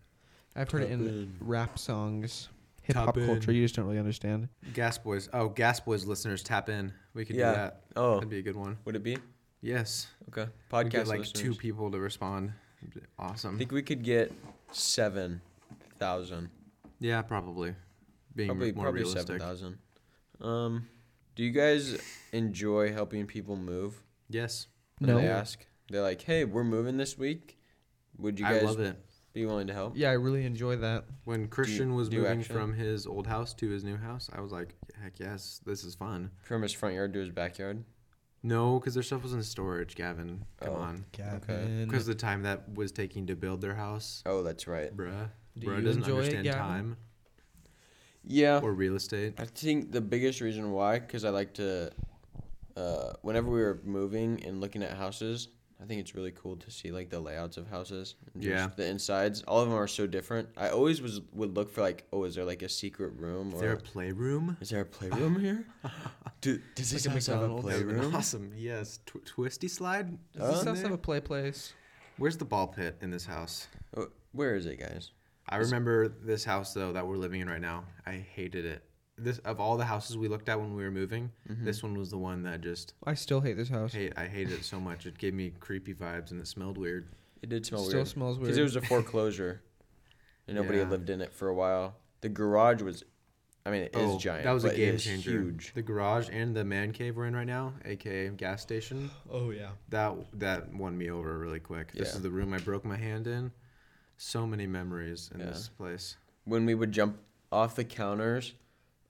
S1: I've heard it in rap songs, hip hop
S3: Tap in.
S1: culture. You just don't really understand.
S3: it. Gas Boys. Oh, Gas Boys listeners, tap in. We could
S2: Yeah.
S3: do that.
S2: Oh,
S3: That'd be a good one.
S2: would it be
S3: Yes.
S2: okay?
S3: Podcast
S2: Podcast
S3: we get like
S2: listeners.
S3: two people to respond. Awesome.
S2: I think we could get seven thousand.
S3: yeah, probably. Being
S2: Probably
S3: more
S2: probably seven
S3: realistic.
S2: thousand. Um, do you guys enjoy helping people move?
S3: Yes.
S2: When They
S1: No.
S2: ask. They're like, "Hey, we're moving this week. Would you
S3: I
S2: guys
S3: love it.
S2: be willing to help?"
S1: Yeah, I really enjoy that.
S3: When Christian was
S2: do you
S3: moving
S2: actually?
S3: from his old house to his new house, I was like, heck yes, this is fun.
S2: From his front yard to his backyard.
S3: No, because their stuff was in storage, Gavin. Come
S2: Oh.
S3: on.
S1: Gavin,
S3: Because the time that was taking to build their house,
S2: Oh, that's right.
S3: bruh.
S1: Do
S3: bruh
S1: you
S3: doesn't
S1: enjoy it,
S3: understand
S1: Gavin?
S3: time
S2: Yeah.
S3: or real estate.
S2: I think the biggest reason why, because I like to, uh, whenever we were moving and looking at houses, I think it's really cool to see like the layouts of houses. and just
S3: Yeah.
S2: The insides, all of them are so different. I always was would look for like, oh, is there like a secret room
S3: Is
S2: or
S3: there a playroom?
S2: is there a playroom here? Do, does this
S1: Like a
S2: house have a
S1: McDonald's.
S3: That'd be
S2: playroom?
S3: Awesome. Yes. Tw- twisty slide? Is
S1: Does
S3: this
S1: this
S3: in
S1: house have
S3: there?
S1: a play place?
S3: Where's the ball pit in this house?
S2: Oh, Where is it, guys?
S3: I remember this house though that we're living in right now. I hated it. This of all the houses we looked at when we were moving, this one was the one that just
S1: I still hate this house.
S3: hate. I hated it so much. It gave me creepy vibes and it smelled weird.
S2: It did smell
S1: still
S2: weird.
S1: smells
S2: Because
S1: weird.
S2: it was a foreclosure, and nobody had
S3: Yeah.
S2: lived in it for a while. The garage was, I mean, it is
S1: Oh,
S2: giant.
S3: Oh, That was a
S2: but it
S3: game
S2: is
S3: changer.
S2: Huge.
S3: The garage and the man cave we're in right now, aka gas station,
S1: oh yeah.
S3: that that won me over really quick. This
S2: Yeah.
S3: is the room I broke my hand in. So many memories in
S2: Yeah.
S3: this place.
S2: when we would jump off the counters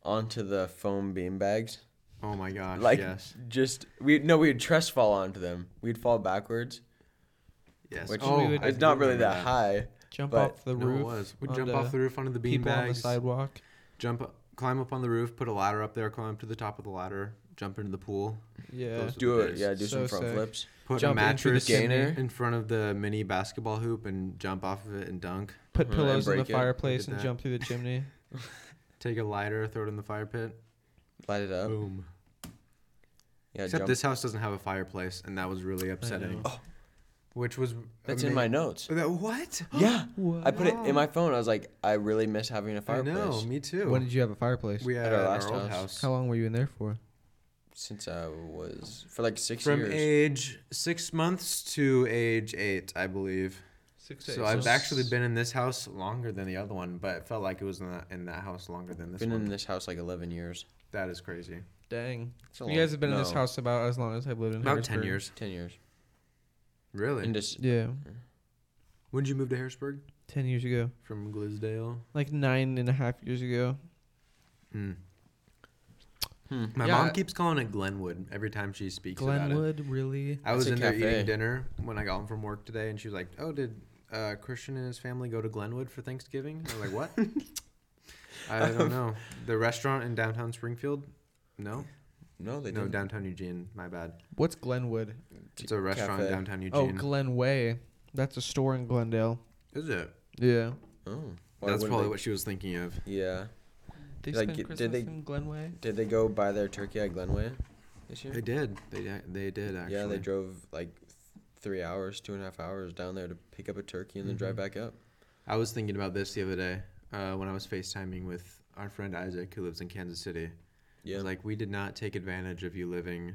S2: onto the foam beanbags.
S3: Oh my gosh!
S2: Like
S3: yes,
S2: just we no, we would trust fall onto them. We'd fall backwards,
S3: yes. Oh,
S2: which
S1: we would-
S3: I
S2: it's
S3: do
S2: not really
S3: remember
S2: that, high.
S1: Jump
S2: But-
S1: off the
S3: no,
S1: roof.
S3: it was. We jump
S1: onto
S3: off the roof onto the beanbags.
S1: people on the sidewalk.
S3: jump up, climb up on the roof, put a ladder up there, climb up to the top of the ladder, jump into the pool,
S1: Yeah.
S3: Those- the
S2: Do it,
S3: days.
S2: yeah.
S1: So
S2: Do some front
S1: sick.
S2: flips.
S3: put
S1: Jump
S3: a
S1: into the
S3: mattress in,
S2: gainer.
S3: in front of the mini basketball hoop and jump off of it and dunk.
S1: Put
S2: Uh-huh,
S1: pillows
S2: and
S1: in the
S2: break it.
S1: fireplace
S3: Did
S1: and
S3: that.
S1: jump through the chimney.
S3: Take a lighter, throw it in the fire pit.
S2: Light it up.
S3: Boom.
S2: Yeah,
S3: Except
S2: jump.
S3: this house doesn't have a fireplace, and that was really upsetting.
S2: Oh.
S3: Which was
S2: That's in my
S3: ama- Oh,
S2: notes.
S3: That- what?
S2: yeah,
S1: What?
S2: I put it in my phone. I was like, I really miss having a
S3: Oh, I
S2: fireplace.
S3: know. Me too.
S1: When did you have a fireplace?
S3: we had
S2: At our
S3: at our,
S2: last
S3: old
S2: house.
S3: house.
S1: How long were you in there for?
S2: Since I was for like six
S3: From
S2: years.
S3: age six months to age eight, I believe.
S1: Six
S3: So I've actually been in this house longer than the other one, but it felt like it was in that, in that house longer than this
S2: Been
S3: one.
S2: in this house like eleven years.
S3: that is crazy.
S1: Dang.
S2: It's a
S1: you
S2: long-
S1: guys have been in this
S2: no,
S1: house about as long as I've lived in
S3: About ten
S1: Harrisburg.
S3: years.
S2: Ten years.
S3: Really?
S2: And just
S1: Yeah,
S3: When did you move to Harrisburg?
S1: ten years ago,
S3: From Glendale.
S1: like nine and a half years ago.
S2: hmm.
S3: My
S1: Yeah.
S3: mom keeps calling it Glenwood every time she speaks about it.
S1: Glenwood, really?
S3: I was
S2: It's a
S3: in there
S2: cafe.
S3: eating dinner when I got home from work today, and she was like, "Oh, did uh, Christian and his family go to Glenwood for Thanksgiving? I was like, what? I
S1: Um,
S3: don't know. The restaurant in downtown Springfield? No,
S2: No, they
S3: no,
S2: didn't.
S3: downtown Eugene. My bad.
S1: What's Glenwood?
S3: It's a restaurant
S2: Cafe.
S3: in downtown
S1: Oh,
S3: Eugene.
S1: Glenway. That's a store in Glendale.
S3: Is it?
S1: Yeah.
S2: Oh, Why
S3: That's
S2: wouldn't
S3: probably
S2: they-
S3: what she was thinking of.
S2: Yeah.
S1: They
S2: Like,
S1: spend
S2: did
S1: Christmas
S2: they-
S1: in Glenway.
S2: Did they go buy their turkey at Glenway this year?
S3: They did. They di- they did actually.
S2: Yeah, they drove like th- three hours, two and a half hours down there to pick up a turkey and then drive
S3: Mm-hmm.
S2: back up.
S3: I was thinking about this the other day uh, when I was FaceTiming with our friend Isaac, who lives in Kansas City. It
S2: Yeah.
S3: was like, we did not take advantage of you living,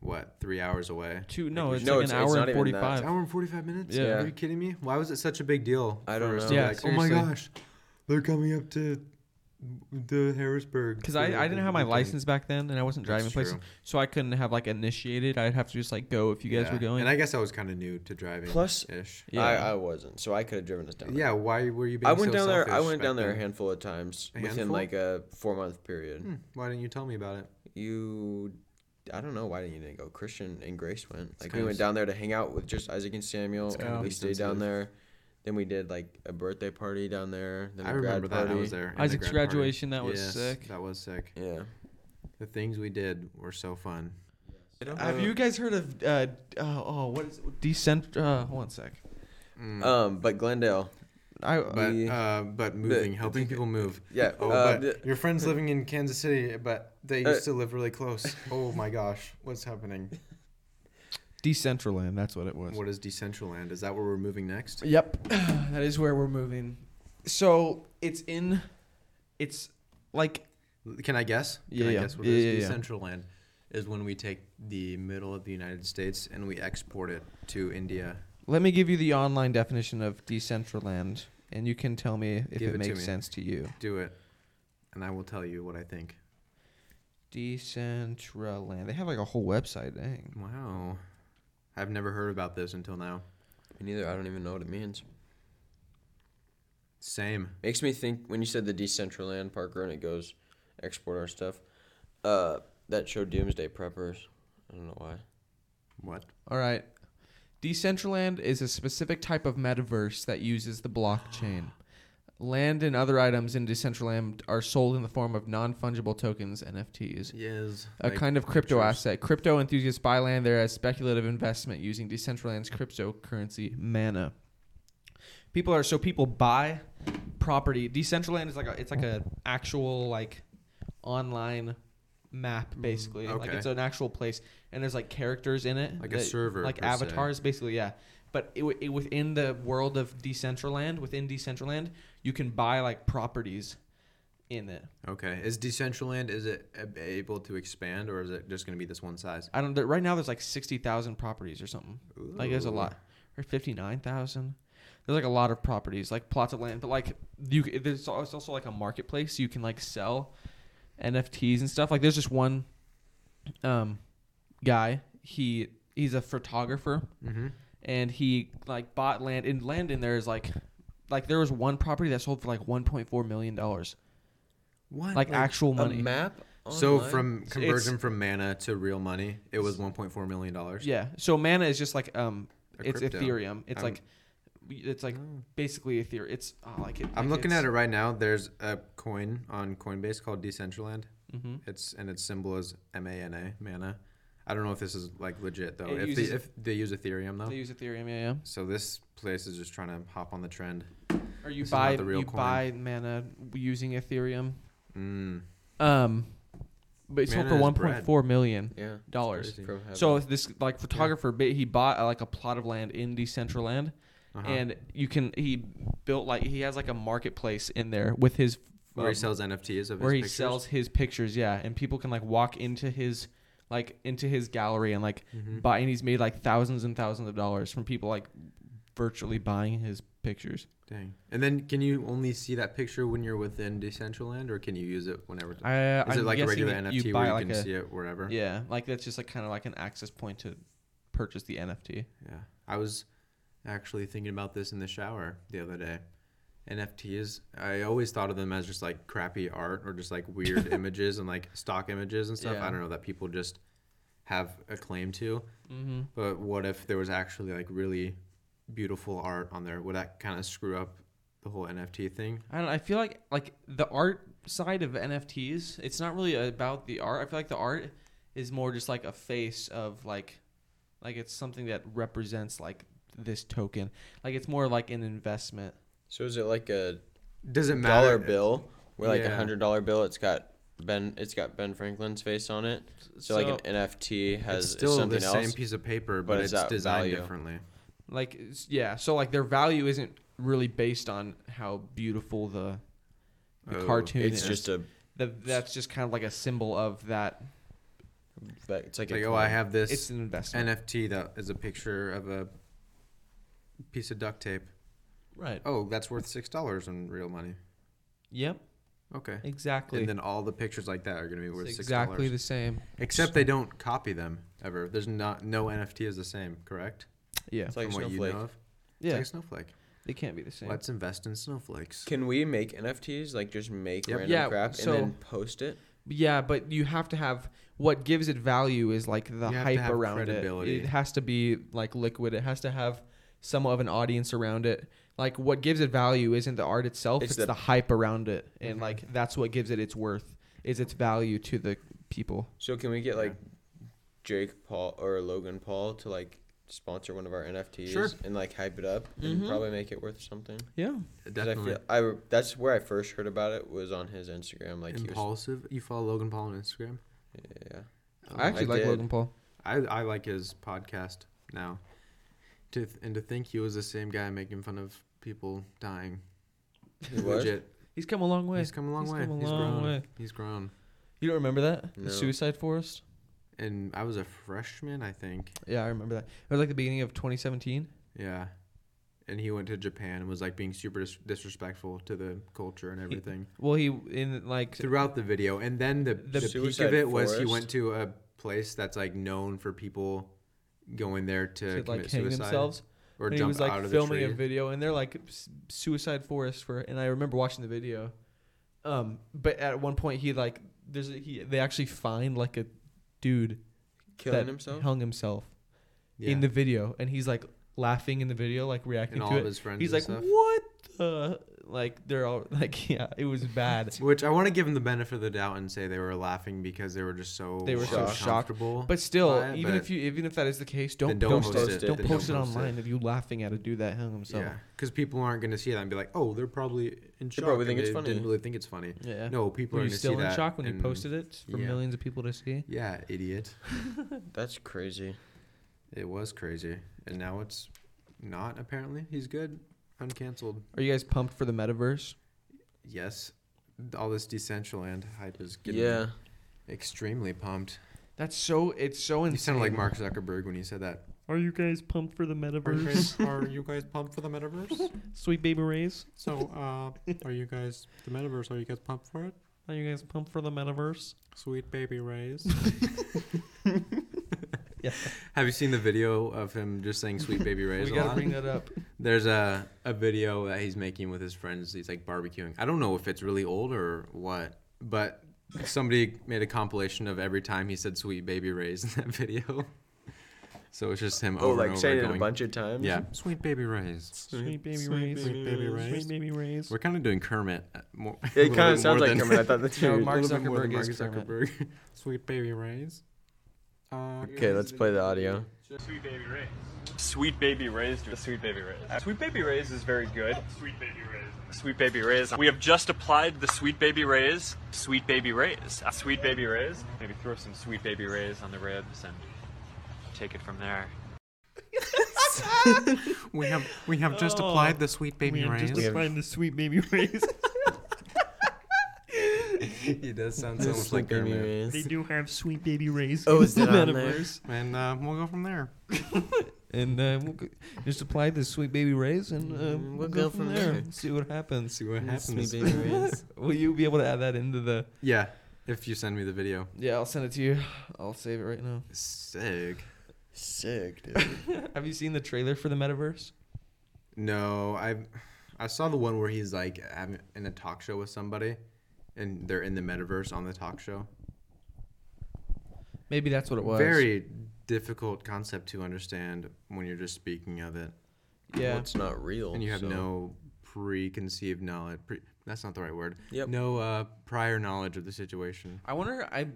S3: what, three hours away?
S1: Two. No,
S3: you
S1: it's
S2: should- No,
S1: like
S2: it's-
S1: an
S2: it's
S1: hour
S2: not
S1: and
S2: even that.
S3: An
S1: 45.
S3: hour and 45 minutes?
S1: Yeah.
S3: Are you kidding me? Why was it such a big deal?
S2: I don't
S3: for us
S2: know.
S3: to be
S1: Yeah,
S3: like, oh my
S1: seriously.
S3: gosh, they're coming up to the Harrisburg.
S1: Because
S3: for
S1: I, I
S3: the
S1: didn't have my
S3: weekend."
S1: license back then, and I wasn't driving
S3: That's
S1: places,
S3: true.
S1: so I couldn't have like initiated. I'd have to just like go if you guys
S3: Yeah.
S1: were going.
S3: And I guess I was kind of new to driving.
S2: Plus-
S3: ish.
S1: Yeah.
S2: I, I wasn't, so I could have driven us down.
S3: Yeah, why were you being
S2: There. I went
S3: so
S2: down there. I
S3: selfish
S2: went
S3: back
S2: down there a
S3: then?
S2: handful of times
S3: A
S2: within
S3: handful?
S2: like a four month period.
S3: Hmm, Why didn't you tell me about it?
S2: You, I don't know why didn't you didn't go. Christian and Grace went. Like we
S3: kinda
S2: went
S3: s-
S2: down there to hang out with just Isaac and Samuel,
S1: kinda
S2: and we stayed down
S3: insensitive.
S2: there. Then we did like a birthday party down there. Then
S3: I
S2: a grad
S3: remember that. I
S2: party.
S3: was there. in the
S1: Isaac's
S3: grad party.
S1: graduation, that was
S3: Yes,
S1: sick.
S3: That was sick.
S2: Yeah.
S3: The things we did were so fun.
S1: Have you guys heard of uh, uh oh what is decent? Uh, one sec.
S3: Hmm.
S2: Um, but Glendale.
S1: I
S3: but
S2: the-
S3: uh, but moving,
S2: the-
S3: helping people move.
S2: Yeah.
S3: Oh,
S2: uh,
S3: but
S2: the-
S3: your friends living in Kansas City, but they
S2: Uh,
S3: used to live really close. Oh my gosh, what's happening?
S1: Decentraland. That's what it was.
S3: What is Decentraland? Is that where we're moving next?
S1: Yep, that is where we're moving. So it's in, it's like
S3: Can I guess?
S1: Yeah,
S3: Can
S1: yeah.
S3: I guess what
S1: Yeah,
S3: it is?
S1: yeah, yeah.
S3: Decentraland is when we take the middle of the United States and we export it to India.
S1: Let me give you the online definition of Decentraland, and you can tell me if
S3: Give it
S1: it,
S3: to
S1: makes
S3: me.
S1: sense to you.
S3: Do it, and I will tell you what I think.
S1: Decentraland. They have like a whole website. Dang.
S3: Wow, I've never heard about this until now.
S2: Me neither. I don't even know what it means.
S3: Same.
S2: Makes me think when you said the Decentraland Parker and it goes export our stuff. Uh, that show Doomsday Preppers. I don't know why.
S3: What?
S1: All right. Decentraland is a specific type of metaverse that uses the blockchain. Land and other items in Decentraland are sold in the form of non fungible tokens, NFTs.
S3: Yes.
S1: a
S3: like
S1: kind of crypto
S3: pictures.
S1: asset. Crypto enthusiasts buy land there as speculative investment using Decentraland's cryptocurrency Mana. People are so people buy property. Decentraland is like a it's like a actual like online map basically. Like
S3: Mm, okay.
S1: it's an actual place and there's like characters in it.
S3: Like a server,
S1: Like
S3: per se.
S1: avatars basically, yeah. But it, wi- it, within the world of Decentraland, within Decentraland, you can buy like properties in it.
S3: Okay. Is Decentraland is it a- able to expand or is it just going to be this one size?
S1: I don't. there- Right now, there's like sixty thousand properties or something. Like there's a
S3: Ooh.
S1: lot, or fifty nine thousand. There's like a lot of properties, like plots of land. But like you, c- there's al- it's also like a marketplace. You can like sell NFTs and stuff. Like there's just one, um, guy. He he's a photographer,
S3: Mm-hmm.
S1: and he like bought land. And land in there is like, like there was one property that sold for like one point four million dollars,
S3: What?
S1: like, actual money.
S2: A map.
S3: So
S2: online?
S3: from
S1: It's-
S3: conversion from mana to real money, it was 1.4 million dollars.
S1: Yeah. So mana is just like um,
S3: A
S1: it's
S3: crypto.
S1: Ethereum. It's
S3: I'm-
S1: like, it's like basically Ethereum. It's oh, like it,
S3: I'm looking at it right now. There's a coin on Coinbase called Decentraland.
S1: Mm-hmm.
S3: It's and its symbol is M A N A mana. I don't know if this is like legit though.
S1: It
S3: if
S1: uses-
S3: they if they use Ethereum
S1: They
S3: though.
S1: use Ethereum. Yeah, yeah.
S3: So this place is just trying to hop on the trend.
S1: Or you
S3: This is not
S1: buy
S3: the real
S1: you
S3: coin.
S1: buy mana using Ethereum.
S3: Mm.
S1: Um, but it sold
S3: Mana
S1: for
S3: is
S1: one
S3: bread.
S1: point four million
S2: yeah.
S1: dollars.
S3: crazy.
S2: From heaven.
S1: So this like photographer, ba- he bought uh, like a plot of land in Decentraland,
S3: Uh-huh.
S1: and you can he built like he has like a marketplace in there with his
S3: where he
S1: um,
S3: sells NFTs of
S1: where
S3: his
S1: he
S3: pictures?
S1: sells his pictures yeah and people can like walk into his like into his gallery and like
S3: Mhm.
S1: buy and he's made like thousands and thousands of dollars from people like virtually buying his pictures
S3: Dang. And then can you only see that picture when you're within Decentraland or can you use it whenever? Is
S1: I, uh,
S3: it like a regular
S1: that
S3: NFT
S1: you
S3: where
S1: buy
S3: you
S1: like
S3: can
S1: a
S3: see it wherever?
S1: yeah like that's just like kind of like an access point to purchase the nft
S3: Yeah. I was actually thinking about this in the shower the other day. NFTs, I always thought of them as just like crappy art or just like weird images and like stock images and stuff.
S1: Yeah.
S3: I don't know that people just have a claim to.
S1: mm-hmm.
S3: But what if there was actually like really beautiful art on there, would that kind of screw up the whole NFT thing?
S1: I don't. know, I feel like like the art side of NFTs. It's not really about the art. I feel like the art is more just like a face of like, like it's something that represents like this token. Like it's more like an investment.
S2: So is it like a
S3: Does it matter?
S2: dollar bill? Where like a
S3: Yeah.
S2: hundred dollar bill, it's got Ben, it's got Ben Franklin's face on it. So, like an NFT has
S3: It's still
S2: something
S3: the same
S2: else.
S3: piece of paper,
S2: but
S3: but,
S2: it's
S3: it's,
S2: at
S3: designed
S2: value.
S3: differently.
S1: like it's- yeah. So like their value isn't really based on how beautiful the, the
S3: Oh,
S1: cartoon
S2: It's
S1: is.
S2: just a
S1: The, that's just kind of like a symbol of that.
S2: like, it's like,
S3: Like,
S2: a
S3: oh, I
S2: coin.
S3: have this
S1: It's an investment.
S3: NFT that is a picture of a piece of duct tape.
S1: Right.
S3: Oh, that's worth six dollars in real money.
S1: Yep.
S3: Okay.
S1: Exactly.
S3: And then all the pictures like that are going to be worth
S1: It's
S3: six
S1: exactly
S3: dollars.
S1: the same.
S3: Except they don't copy them ever. There's not no NFT is the same, correct?
S1: Yeah.
S2: It's like
S3: From what
S2: snowflake.
S3: you know of, it's
S1: Yeah.
S3: like a snowflake.
S1: They can't be the same.
S3: Let's invest in snowflakes.
S2: Can we make NFTs? Like just make
S3: Yep.
S2: random
S1: Yeah,
S2: crap
S1: so-
S2: and then post it?
S1: Yeah, but you have to have what gives it value is like the
S3: have to
S1: hype
S3: have
S1: around it.
S3: credibility.
S1: It has to be like liquid. It has to have somewhat of an audience around it. Like what gives it value isn't the art itself;
S2: It's
S1: it's,
S2: the-
S1: the, hype around it,
S3: Mm-hmm.
S1: and like that's what gives it its worth. Is its value to the people?
S2: So can we get like Jake Paul or Logan Paul to like sponsor one of our NFTs
S3: Sure.
S2: and like hype it up and
S1: Mhm.
S2: probably make it worth something?
S1: Yeah,
S2: 'Cause I
S3: Definitely.
S2: feel I re- that's where I first heard about it was on his Instagram. Like he was,
S3: Impulsive. You follow Logan Paul on Instagram?
S2: yeah.
S1: I actually
S2: I
S1: like
S2: did.
S1: Logan Paul.
S3: I, I like his podcast now. To th- and to think he was the same guy making fun of people dying.
S2: He was?
S3: Legit.
S1: He's come a long way.
S3: He's come a long
S1: He's
S3: way.
S1: come a
S3: he's
S1: long
S3: grown.
S1: way.
S3: He's grown.
S1: You don't remember that
S2: No.
S1: the Suicide Forest?
S3: And I was a freshman, I think.
S1: Yeah, I remember that. It was like the beginning of 2017.
S3: Yeah. And he went to Japan and was like being super dis- disrespectful to the culture and everything
S1: Well, he in like
S3: throughout the video. And then the,
S1: The
S3: the, peak
S2: Suicide
S3: of it was he
S2: Forest.
S3: went to a place that's like known for people going there to,
S1: to
S3: commit
S1: like hang
S3: suicide
S1: themselves.
S3: or
S1: and
S3: jump
S1: he was like
S3: out of
S1: filming
S3: the
S1: a
S3: tree.
S1: video and they're like s- suicide forest for and i remember watching the video um but at one point he like there's a, he they actually find like a dude
S2: Killing
S1: that
S2: himself?
S1: hung himself
S3: yeah.
S1: in the video and he's like laughing in the video like reacting
S3: and all
S1: to
S3: of
S1: it
S3: his friends
S1: he's
S3: and
S1: like
S3: stuff.
S1: what the like they're all like yeah it was bad
S3: Which I want to give them the benefit of the doubt and say they were laughing because they were just so
S1: They were so
S3: shocked.
S1: shocked.
S3: uncomfortable
S1: but still
S3: by it,
S1: even
S3: but
S1: if you even if that is the case don't,
S3: then
S1: don't
S2: post
S1: post,
S2: it.
S1: it don't
S3: Then
S1: post,
S3: don't
S1: it
S3: post it.
S1: online of you laughing at a dude that hung himself
S3: yeah, because people aren't going to see that and be like, oh, they're probably in shock.
S2: probably
S3: and
S2: think it's
S3: they
S2: funny.
S3: Didn't really think it's funny.
S1: yeah,
S3: No, people
S1: were
S3: are
S1: you
S3: going to see
S1: still
S3: that.
S1: in shock when you
S3: and-
S1: posted it for
S3: yeah.
S1: millions of people to see
S3: Yeah, idiot.
S2: That's crazy.
S3: It was crazy, and now it's not. Apparently, he's good, uncanceled.
S1: Are you guys pumped for the metaverse?
S3: Yes, all this Decentraland hype is getting
S2: Yeah.
S3: extremely pumped.
S1: That's so. It's so insane.
S3: You sounded like Mark Zuckerberg when you said that.
S1: Are you guys pumped for the
S3: are you guys pumped for the metaverse?
S1: Sweet baby rays.
S3: So, uh, are you guys the metaverse? Are you guys pumped for it?
S1: Are you guys pumped for the metaverse?
S3: Sweet baby rays. Have you seen the video of him just saying "sweet baby rays"?
S1: we
S3: a
S1: gotta
S3: lot?
S1: bring that up.
S3: There's a, a video that he's making with his friends. He's like barbecuing. I don't know if it's really old or what, but somebody made a compilation of every time he said "sweet baby rays" in that video. So it's just him over
S2: Oh,
S3: and
S2: like
S3: over
S2: saying it a
S3: going,
S2: bunch of times.
S3: Yeah, sweet baby rays.
S1: Sweet baby
S2: sweet
S1: rays.
S2: baby Sweet baby rays. rays.
S1: Sweet baby rays.
S3: We're kind of doing Kermit. uh, More, a
S2: It
S3: little
S2: kind
S3: bit
S2: of sounds
S3: more
S2: like
S3: than-
S2: Kermit. I thought that's
S1: No,
S2: you.
S1: Mark
S3: little bit more than
S1: Zuckerberg is Kermit.
S3: Zuckerberg.
S4: Sweet baby rays. Uh,
S2: Okay, let's play the audio.
S5: Sweet Baby Ray's. Sweet Baby Ray's. Sweet Baby Ray's. Uh, Sweet Baby Ray's is very good. Sweet Baby Ray's. Sweet Baby Ray's. We have just applied the Sweet Baby Ray's. Sweet Baby Ray's. Uh, Sweet Baby Ray's. Maybe throw some Sweet Baby Ray's on the ribs and take it from there.
S4: we have we have just
S1: Oh,
S4: applied the sweet baby
S1: We are
S4: rays.
S1: just applying the sweet baby rays.
S3: he does sound so much like Kermit.
S1: they do have sweet baby rays.
S2: Oh,
S1: in
S2: is
S1: the
S2: it on there?
S1: metaverse.
S4: and uh, we'll go from there.
S1: And uh, we'll go- just apply the sweet baby rays, and uh,
S2: Mm,
S1: we'll, go, from there.
S2: there.
S1: See what happens.
S3: See what happens.
S2: Sweet Baby Ray's.
S1: Will you be able to add that into the?
S3: Yeah, if you send me the video.
S1: Yeah, I'll send it to you. I'll save it right now.
S3: Sick.
S2: Sick, dude.
S1: Have you seen the trailer for the metaverse?
S3: No, I I saw the one where he's like having- in a talk show with somebody, and they're in the metaverse on the talk show.
S1: Maybe that's what it was.
S3: Very difficult concept to understand when you're just speaking of it.
S4: Yeah.
S2: what's not real.
S3: and you have
S2: so-
S3: no preconceived knowledge. Pre- that's not the right word.
S2: Yep.
S3: No uh, prior knowledge of the situation.
S1: I wonder. I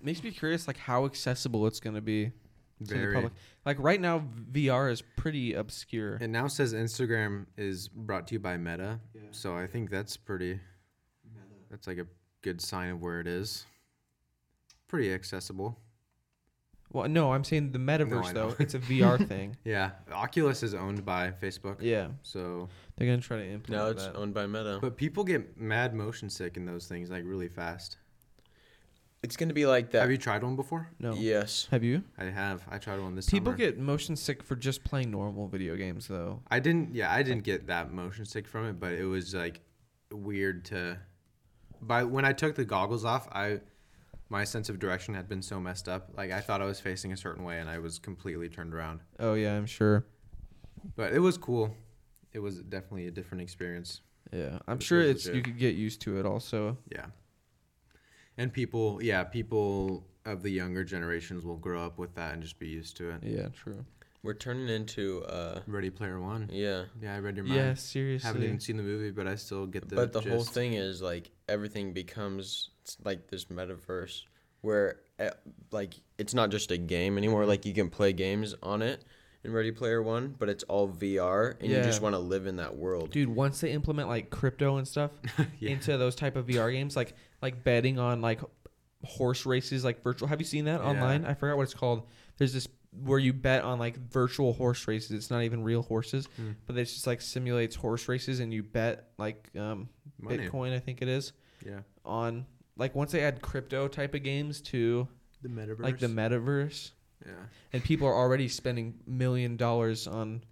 S1: makes me curious, like how accessible it's going to be to the
S3: Very.
S1: public. Like right now, VR is pretty obscure.
S3: It now says Instagram is brought to you by Meta. So I think that's pretty. That's like a good sign of where it is. Pretty accessible.
S1: Well, no, I'm saying the metaverse
S3: I know.
S1: though. It's a VR thing.
S3: Yeah. Oculus is owned by Facebook.
S1: Yeah,
S3: So,
S1: they're going to try to
S2: Now
S1: implement
S2: it's
S1: that.
S2: owned by Meta.
S3: but people get mad motion sick in those things like really fast.
S2: It's gonna be like that.
S3: Have you tried one before?
S1: no.
S2: Yes.
S1: Have you?
S3: I have. I tried one this
S1: People
S3: summer.
S1: get motion sick for just playing normal video games though.
S3: I didn't. Yeah, I didn't get that motion sick from it, but it was like weird to. By when I took the goggles off, I my sense of direction had been so messed up. Like I thought I was facing a certain way, and I was completely turned around.
S1: Oh yeah, I'm sure.
S3: But it was cool. It was definitely a different experience.
S1: Yeah, I'm
S3: It
S1: sure
S3: is
S1: it's you
S3: legit.
S1: could get used to it. Also,
S3: Yeah. And people, yeah, people of the younger generations will grow up with that and just be used to it.
S1: yeah, true.
S2: We're turning into uh
S3: Ready Player One.
S2: yeah.
S3: Yeah, I read your mind.
S1: Yeah,
S3: Haven't
S1: seriously.
S3: even seen the movie, but I still get the.
S2: but the whole
S3: gist.
S2: thing is like everything becomes it's like this metaverse where eh, like it's not just a game
S3: Mm-hmm.
S2: anymore like you can play games on it in ready player one but it's all vr and you just
S1: Yeah.
S2: want to live in that world
S1: Dude, once they implement like crypto and stuff
S3: Yeah.
S1: into those type of VR games, like like betting on like horse races, like virtual. Have you seen that online? I forgot what it's called. There's this where you bet on like virtual horse races. It's not even real horses,
S3: Hmm.
S1: but it's just like simulates horse races, and you bet like um,
S3: Money.
S1: Bitcoin, I think it is,
S3: Yeah.
S1: on like once they add crypto type of games to
S3: The metaverse.
S1: like the metaverse,
S3: yeah.
S1: and people are already spending million dollars on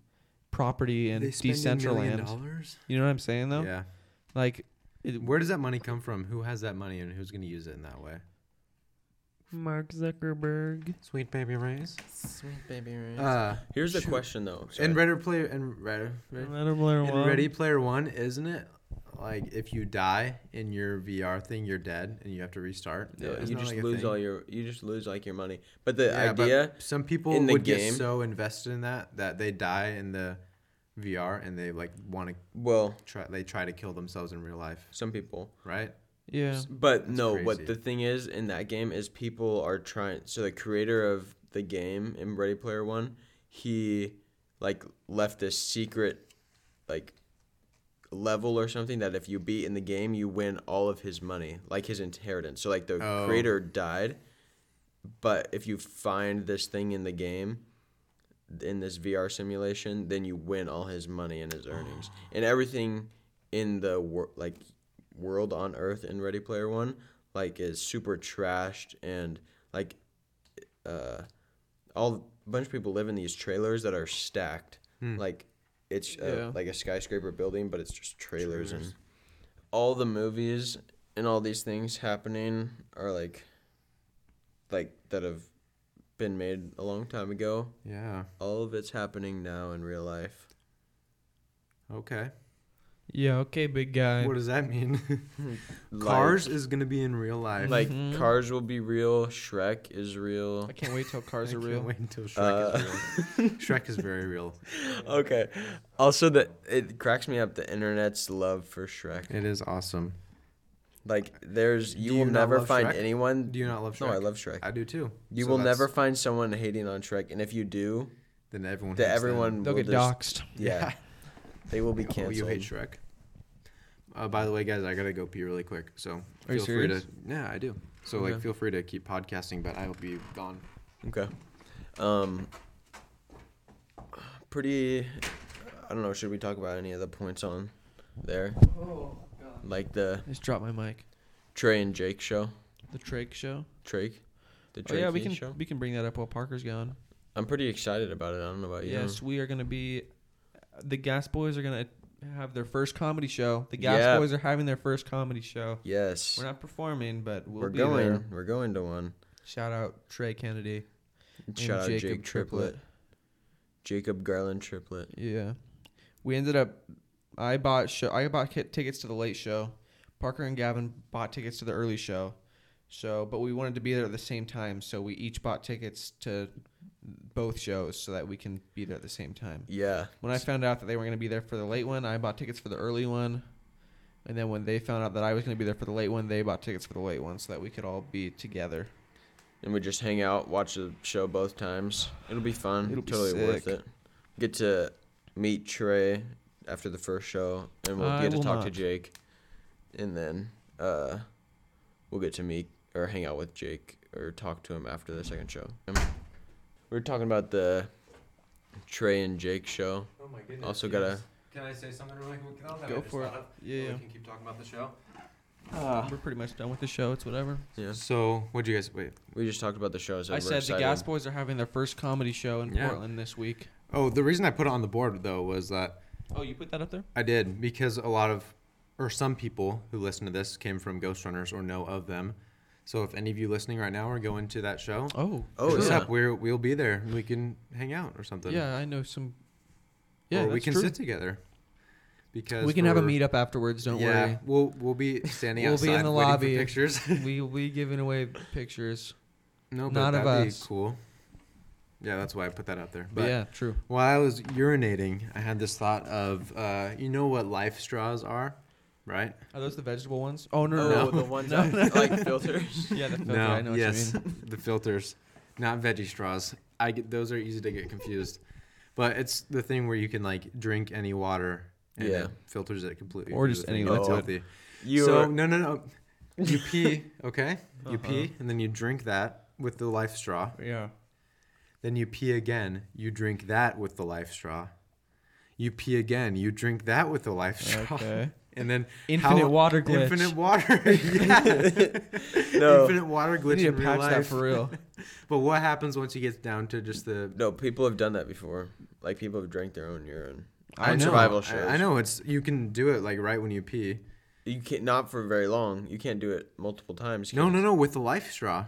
S1: property in Decentraland.
S3: dollars?
S1: You know what I'm saying though?
S3: Yeah.
S1: Like it,
S3: Where does that money come from? Who has that money and who's going to use it in that way?
S1: Mark Zuckerberg.
S6: Sweet baby rays.
S2: Sweet baby
S3: Uh,
S2: here's the
S3: shoot.
S2: question though
S3: in
S2: sorry.
S3: Ready Player and Ready, in Ready Player One, isn't it like if you die in your VR thing, you're dead and you have to restart?
S2: Yeah,
S3: Isn't
S2: you
S3: that,
S2: just
S3: like, a
S2: lose
S3: thing?
S2: all your you just lose like your money but the
S3: Yeah, but
S2: idea
S3: some people
S2: in the
S3: would
S2: game-
S3: get so invested in that that they die in the VR and they like want to
S2: well
S3: try. They try to kill themselves in real life,
S2: some people
S3: right?
S1: Yeah.
S2: But
S3: That's
S2: no, what
S3: crazy.
S2: the thing is in that game is people are trying. So the creator of the game in Ready Player One, he like left this secret like level or something that if you beat in the game, you win all of his money, like his inheritance. So like the
S3: Oh.
S2: creator died, but if you find this thing in the game. In this VR simulation, then you win all his money and his earnings and everything in the wor- like world on Earth in Ready Player One, like is super trashed and like uh all a bunch of people live in these trailers that are stacked. Like it's uh,
S1: Yeah.
S2: like a skyscraper building, but it's just trailers, and all the movies and all these things happening are like like that have been made a long time ago.
S3: Yeah.
S2: All of it's happening now in real life.
S3: Okay.
S1: Yeah. Okay, big guy.
S3: What does that mean?
S2: Like-
S3: Cars is gonna be in real life.
S2: like cars will be real, Shrek is real.
S1: I can't wait till
S3: I
S1: cars are
S3: can't
S1: real.
S3: wait until Shrek
S2: Uh,
S3: is real. Shrek is very real.
S2: Okay. Also, the it cracks me up the internet's love for Shrek.
S3: It is awesome.
S2: Like, there's you
S3: Do
S2: will
S3: you not
S2: never
S3: love
S2: find
S3: Shrek?
S2: anyone.
S3: Do you not love Shrek?
S2: No, I love Shrek.
S3: I do too.
S2: you
S3: So
S2: will
S3: that's-
S2: never find someone hating on Shrek, and if you do,
S3: Then everyone.
S2: then
S3: hates them.
S2: everyone
S1: They'll
S2: will
S1: get
S2: just-
S1: doxxed.
S2: Yeah, they will be
S3: Oh,
S2: canceled.
S3: you hate Shrek. Uh, by the way, guys, I gotta go pee really quick. So
S1: Are you
S3: feel free to.
S1: serious?
S3: Yeah, I do. So like, feel free to keep podcasting, but I will be gone.
S2: Okay. Um. Pretty. I don't know. Should we talk about any of the points on there? Like the
S1: I just dropped my mic.
S2: Trey and Jake show.
S1: The Drake show.
S2: Drake. The
S1: Oh
S2: Drake
S1: yeah, we can
S2: show.
S1: we can bring that up while Parker's gone.
S2: I'm pretty excited about it. I don't know about you.
S1: Yes, we are gonna be. The Gas Boys are gonna have their first comedy show. The Gas
S2: Yeah.
S1: Boys are having their first comedy show.
S2: Yes.
S1: We're not performing, but we'll
S2: We're
S1: be
S2: going.
S1: there.
S2: We're going to one.
S1: Shout out Trey Kennedy. and
S2: Shout out
S1: Jacob
S2: Jake Triplet. Jacob Garland Triplet.
S1: Yeah, we ended up. I bought show. I bought ki- tickets to the late show. Parker and Gavin bought tickets to the early show. So, but we wanted to be there at the same time, so we each bought tickets to both shows so that we can be there at the same time.
S2: Yeah.
S1: When I found out that they were going to be there for the late one, I bought tickets for the early one. And then when they found out that I was going to be there for the late one, they bought tickets for the late one so that we could all be together.
S2: and we just hang out, watch the show both times. It'll be fun.
S1: It'll be
S2: totally worth
S1: sick.
S2: it. Get to meet Trey after the first show, and we'll
S1: I
S2: get to
S1: will
S2: talk to
S1: not.
S2: Jake, and then uh, we'll get to meet or hang out with Jake or talk to him after the second show. Um, we were talking about the Trey and Jake show.
S3: Oh my goodness.
S2: Also gotta
S3: Can I say something really quick? That
S1: Go for it. Yeah, yeah.
S3: can keep talking about the show.
S2: Uh,
S1: We're pretty much done with the show. It's whatever.
S2: yeah.
S3: So, what'd you guys wait?
S2: We just talked about the show. So
S4: I
S2: we're
S4: said the
S2: excited.
S4: Gas Boys are having their first comedy show in
S3: Yeah.
S4: Portland this week.
S3: Oh, the reason I put it on the board though was that
S4: Oh, you put that up there?
S3: I did because a lot of, or some people who listen to this came from Ghost Runners or know of them. So if any of you listening right now are going to that show,
S1: Oh,
S2: Oh
S3: what's
S2: yeah.
S3: up? We're, we'll be there. and We can hang out or something.
S1: yeah, I know some. Yeah,
S3: or we
S1: that's
S3: can
S1: true.
S3: sit together. Because
S1: We can have a
S3: we're-
S1: meetup afterwards. Don't
S3: yeah,
S1: worry.
S3: we'll we'll be standing
S1: We'll
S3: outside
S1: be in the
S3: waiting
S1: lobby.
S3: for pictures.
S1: we will be giving away pictures.
S3: no, but
S1: Not of
S3: that'd be
S1: us.
S3: cool. Yeah, that's why I put that up there.
S1: But, yeah, true.
S3: While I was urinating, I had this thought of, uh, you know what life straws are, right?
S1: Are those the vegetable ones? Oh no, no,
S2: Oh,
S1: no.
S2: the ones that, like filters.
S1: yeah, the filter. I know what you mean.
S3: the filters, not veggie straws. I get those are easy to get confused, but it's the thing where you can like drink any water and
S2: Yeah.
S3: it filters it completely,
S1: Or
S3: through
S1: just
S3: the
S1: any
S3: thing. It's
S1: liquid.
S3: healthy.
S2: You
S3: so
S2: are-
S3: no, no, no. You pee, okay?
S1: Uh-huh.
S3: You pee, and then you drink that with the life straw.
S1: Yeah.
S3: Then you pee again. You drink that with the life straw. You pee again. You drink that with the life straw.
S1: Okay.
S3: And then
S4: Infinite water glitch.
S3: Infinite water. yeah.
S2: No.
S3: Infinite water glitch
S1: We need to
S3: in real
S1: patch
S3: life.
S1: that for real.
S3: But what happens once you get down to just the
S2: No, people have done that before. Like people have drank their own urine.
S3: I
S2: On
S3: know,
S2: survival
S3: I-
S2: shows.
S3: I, know it's you can do it like right when you pee.
S2: You can't not for very long. You can't do it multiple times.
S3: No,
S2: can
S3: no,
S2: you?
S3: no, with the life straw.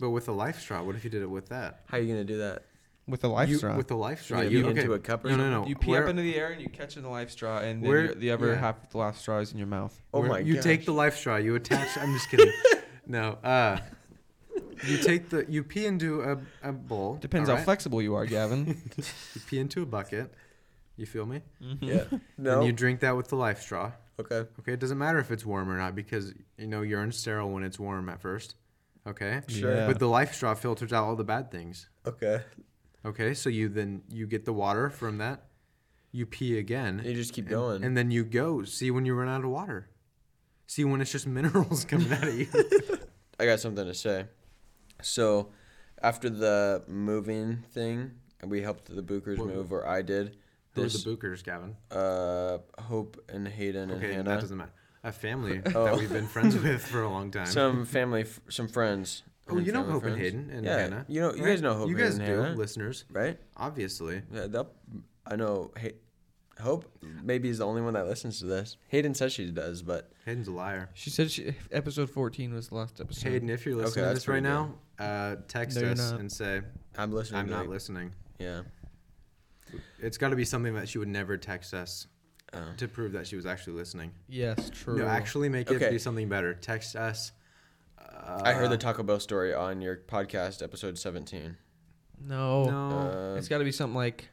S3: but with the life straw, what if you did it with that?
S2: How are you gonna do that?
S1: With the life
S3: You-
S1: straw.
S3: With the life straw,
S2: Yeah,
S3: you
S2: pee
S3: okay.
S2: into a cup or
S3: no, no,
S2: something.
S3: no.
S4: You pee
S3: Where-
S4: up into the air and you catch it in the life straw, and then
S3: Where-
S4: your- the other
S3: yeah.
S4: half of the life straw is in your mouth.
S2: Oh
S3: Where
S2: my
S3: You take
S2: gosh.
S3: the life straw. You attach. I'm just kidding. No. Uh, you take the. You pee into a, a bowl.
S1: Depends how
S3: alright?
S1: flexible you are, Gavin.
S3: You pee into a bucket. You feel me?
S2: Yeah. No.
S3: And you drink that with the life straw.
S2: okay.
S3: Okay. It doesn't matter if it's warm or not because you know urine's sterile when it's warm at first. Okay.
S1: Sure. Yeah.
S3: But the life straw filters out all the bad things.
S2: Okay.
S3: Okay. So you then you get the water from that. You pee again.
S2: You just keep
S3: and-
S2: going.
S3: And then you go see when you run out of water. See when it's just minerals coming out of you.
S2: I got something to say. So, after the moving thing, we helped the Bookers
S3: What-
S2: move, or I did.
S3: Who are
S2: This
S3: the bookers, Gavin?
S2: uh, Hope and Hayden and
S3: Okay,
S2: Hannah.
S3: that doesn't matter. A family that we've been friends with for a long time.
S2: some family, f- some friends.
S3: oh,
S2: and
S3: you know
S2: family
S3: Hope and
S2: friends.
S3: Hayden and
S2: yeah,
S3: Hannah.
S2: You know, you
S3: right?
S2: guys know Hope
S3: You
S2: and
S3: guys do,
S2: Hannah,
S3: listeners.
S2: right?
S3: Obviously.
S2: Yeah, that I know. Hay- Hope maybe is the only one that listens to this. Hayden says she does, but
S3: Hayden's a liar.
S1: she said she, episode 14 was the last episode.
S3: Hayden, if you're listening to
S2: Hmm. that's
S3: this right
S2: pretty
S3: now, uh, text
S1: No, you're
S3: us
S1: not.
S3: and say,
S2: I'm listening.
S3: I'm
S2: to
S3: not
S2: you.
S3: listening.
S2: Yeah.
S3: It's got to be something that she would never text us
S2: Oh.
S3: to prove that she was actually listening.
S1: Yes, true.
S3: No, actually make it
S2: Okay.
S3: be something better. Text us. Uh,
S2: I heard the Taco Bell story on your podcast, episode 17.
S1: No.
S3: No.
S2: Uh,
S1: It's got to be something like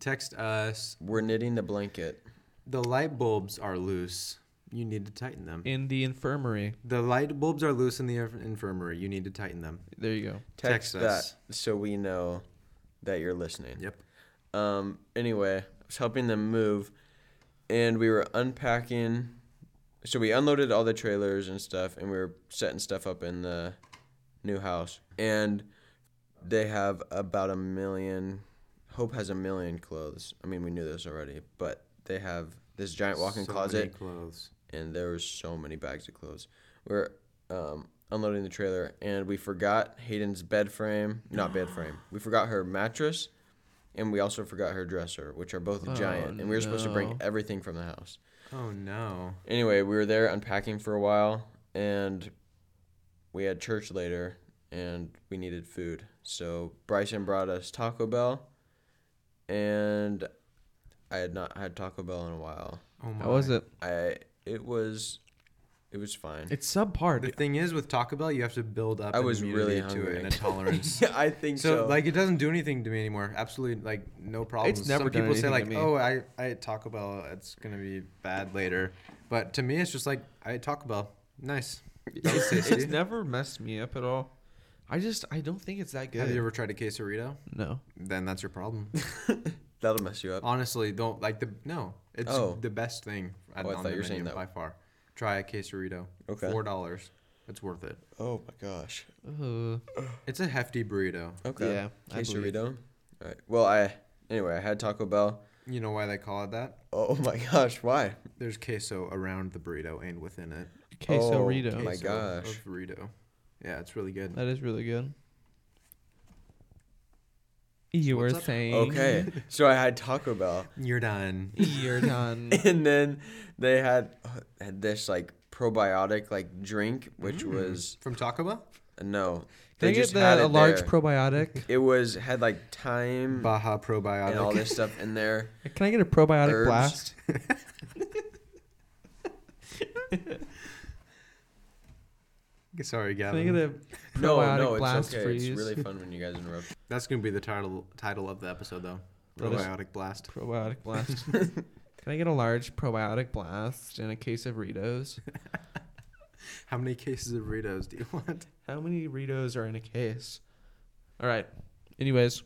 S3: Text us.
S2: we're knitting the blanket.
S3: The light bulbs are loose. You need to tighten them.
S1: in the infirmary.
S3: The light bulbs are loose in the inf- infirmary. You need to tighten them.
S1: There you go.
S3: Text us.
S2: that so we know that you're listening.
S3: Yep.
S2: Um, anyway, I was helping them move, and we were unpacking. So we unloaded all the trailers and stuff, and we were setting stuff up in the new house. And they have about a million. Hope has a million clothes. I mean, we knew this already, but they have this giant walk-in
S3: So many
S2: closet,
S3: clothes.
S2: and there was so many bags of clothes. We are um, unloading the trailer, and we forgot Hayden's bed frame. Not bed frame. We forgot her mattress, and we also forgot her dresser, which are both
S1: Oh,
S2: giant. And we were supposed to
S1: no.
S2: bring everything from the house.
S3: Oh no.
S2: Anyway, we were there unpacking for a while, and we had church later, and we needed food. So Bryson brought us Taco Bell, and I had not had Taco Bell in a while.
S3: Oh my.
S1: How was it?
S2: I it was It was fine.
S1: It's subpar.
S3: The
S1: dude.
S3: thing is, with Taco Bell, you have to build up.
S2: I
S3: an
S2: was really
S3: immunity to
S2: hungry.
S3: it and a tolerance.
S2: Yeah, I think
S3: so,
S2: so.
S3: like, it doesn't do anything to me anymore. Absolutely, like, no problems.
S1: never
S3: Some
S1: done
S3: people say
S1: anything to
S3: like,
S1: me.
S3: "Oh, I I ate Taco Bell. It's gonna be bad later," but to me, it's just like I ate Taco Bell. Nice. That was tasty.
S1: It's never messed me up at all. I just I don't think it's that
S3: Have
S1: good.
S3: you ever tried a quesarito?
S1: no.
S3: Then that's your problem.
S2: That'll mess you up.
S3: Honestly, don't like the no. It's
S2: Oh.
S3: the best thing at,
S2: Oh,
S3: on
S2: I thought
S3: the
S2: you were saying
S3: menu
S2: that.
S3: by far. Try a quesarito.
S2: Okay.
S3: Four dollars. It's worth it.
S2: Oh my gosh.
S1: Uh,
S3: It's a hefty burrito.
S2: Okay.
S1: Yeah, I believe.
S2: Quesarito. All right. Well, I anyway I had Taco Bell.
S3: You know why they call it that?
S2: Oh my gosh, why?
S3: There's queso around the burrito and within it.
S1: queso
S2: Oh,
S1: Rito.
S2: my
S3: Queso
S2: gosh.
S3: of burrito. Yeah, it's really good.
S1: That is really good. You
S3: What's
S1: were
S3: up?
S1: saying
S2: Okay. So I had Taco Bell,
S3: You're done.
S1: You're done.
S2: and then they had uh, had this like probiotic like drink, which was uh,
S3: From Taco Bell?
S2: no.
S1: Can I
S2: They
S1: Mm. get
S2: just
S1: the,
S2: had
S1: a
S2: it
S1: large
S2: there.
S1: probiotic?
S2: It was had like thyme
S3: Baja
S2: and all
S3: probiotic.
S2: this stuff in there.
S1: Can I get a probiotic
S2: Herbs.
S1: blast?
S3: Sorry,
S1: Can I get
S3: Gavin.
S1: a probiotic
S2: No, no, it's
S1: blast
S2: okay.
S1: freeze?
S2: It's really fun when you guys interrupt.
S3: That's gonna be the title title of the episode though.
S1: That is-
S3: Probiotic blast.
S1: probiotic blast. Can I get a large probiotic blast and a case of Ritos?
S3: How many cases of burritos do you want?
S1: How many Ritos are in a case? All right. Anyways,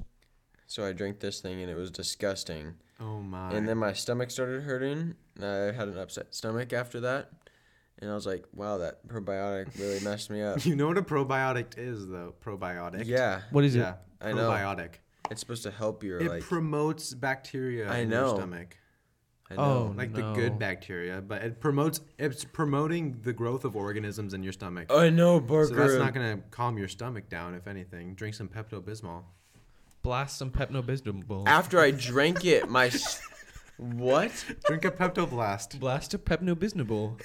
S2: So I drank this thing and it was disgusting.
S3: Oh my.
S2: And then my stomach started hurting. And I had an upset stomach after that. And I was like, wow, that probiotic really messed me up.
S3: you know what a probiotic is though? Probiotic.
S2: yeah.
S1: what is
S3: Yeah.
S1: it?
S2: I know.
S3: Probiotic.
S2: It's supposed to help your,
S3: It
S2: like,
S3: promotes bacteria
S2: I
S3: in
S2: know.
S3: your stomach.
S2: I
S1: Oh,
S2: know.
S3: Like
S1: no.
S3: the good bacteria, but it promotes it's promoting the growth of organisms in your stomach.
S2: I know, Barker.
S3: Oh. So that's not gonna calm your stomach down, if anything. Drink some Pepto Bismol.
S1: Blast some Pepto Bismol.
S2: after I drank it, my. s- what?
S3: Drink a Pepto Blast.
S1: Blast a Pepto Bismol.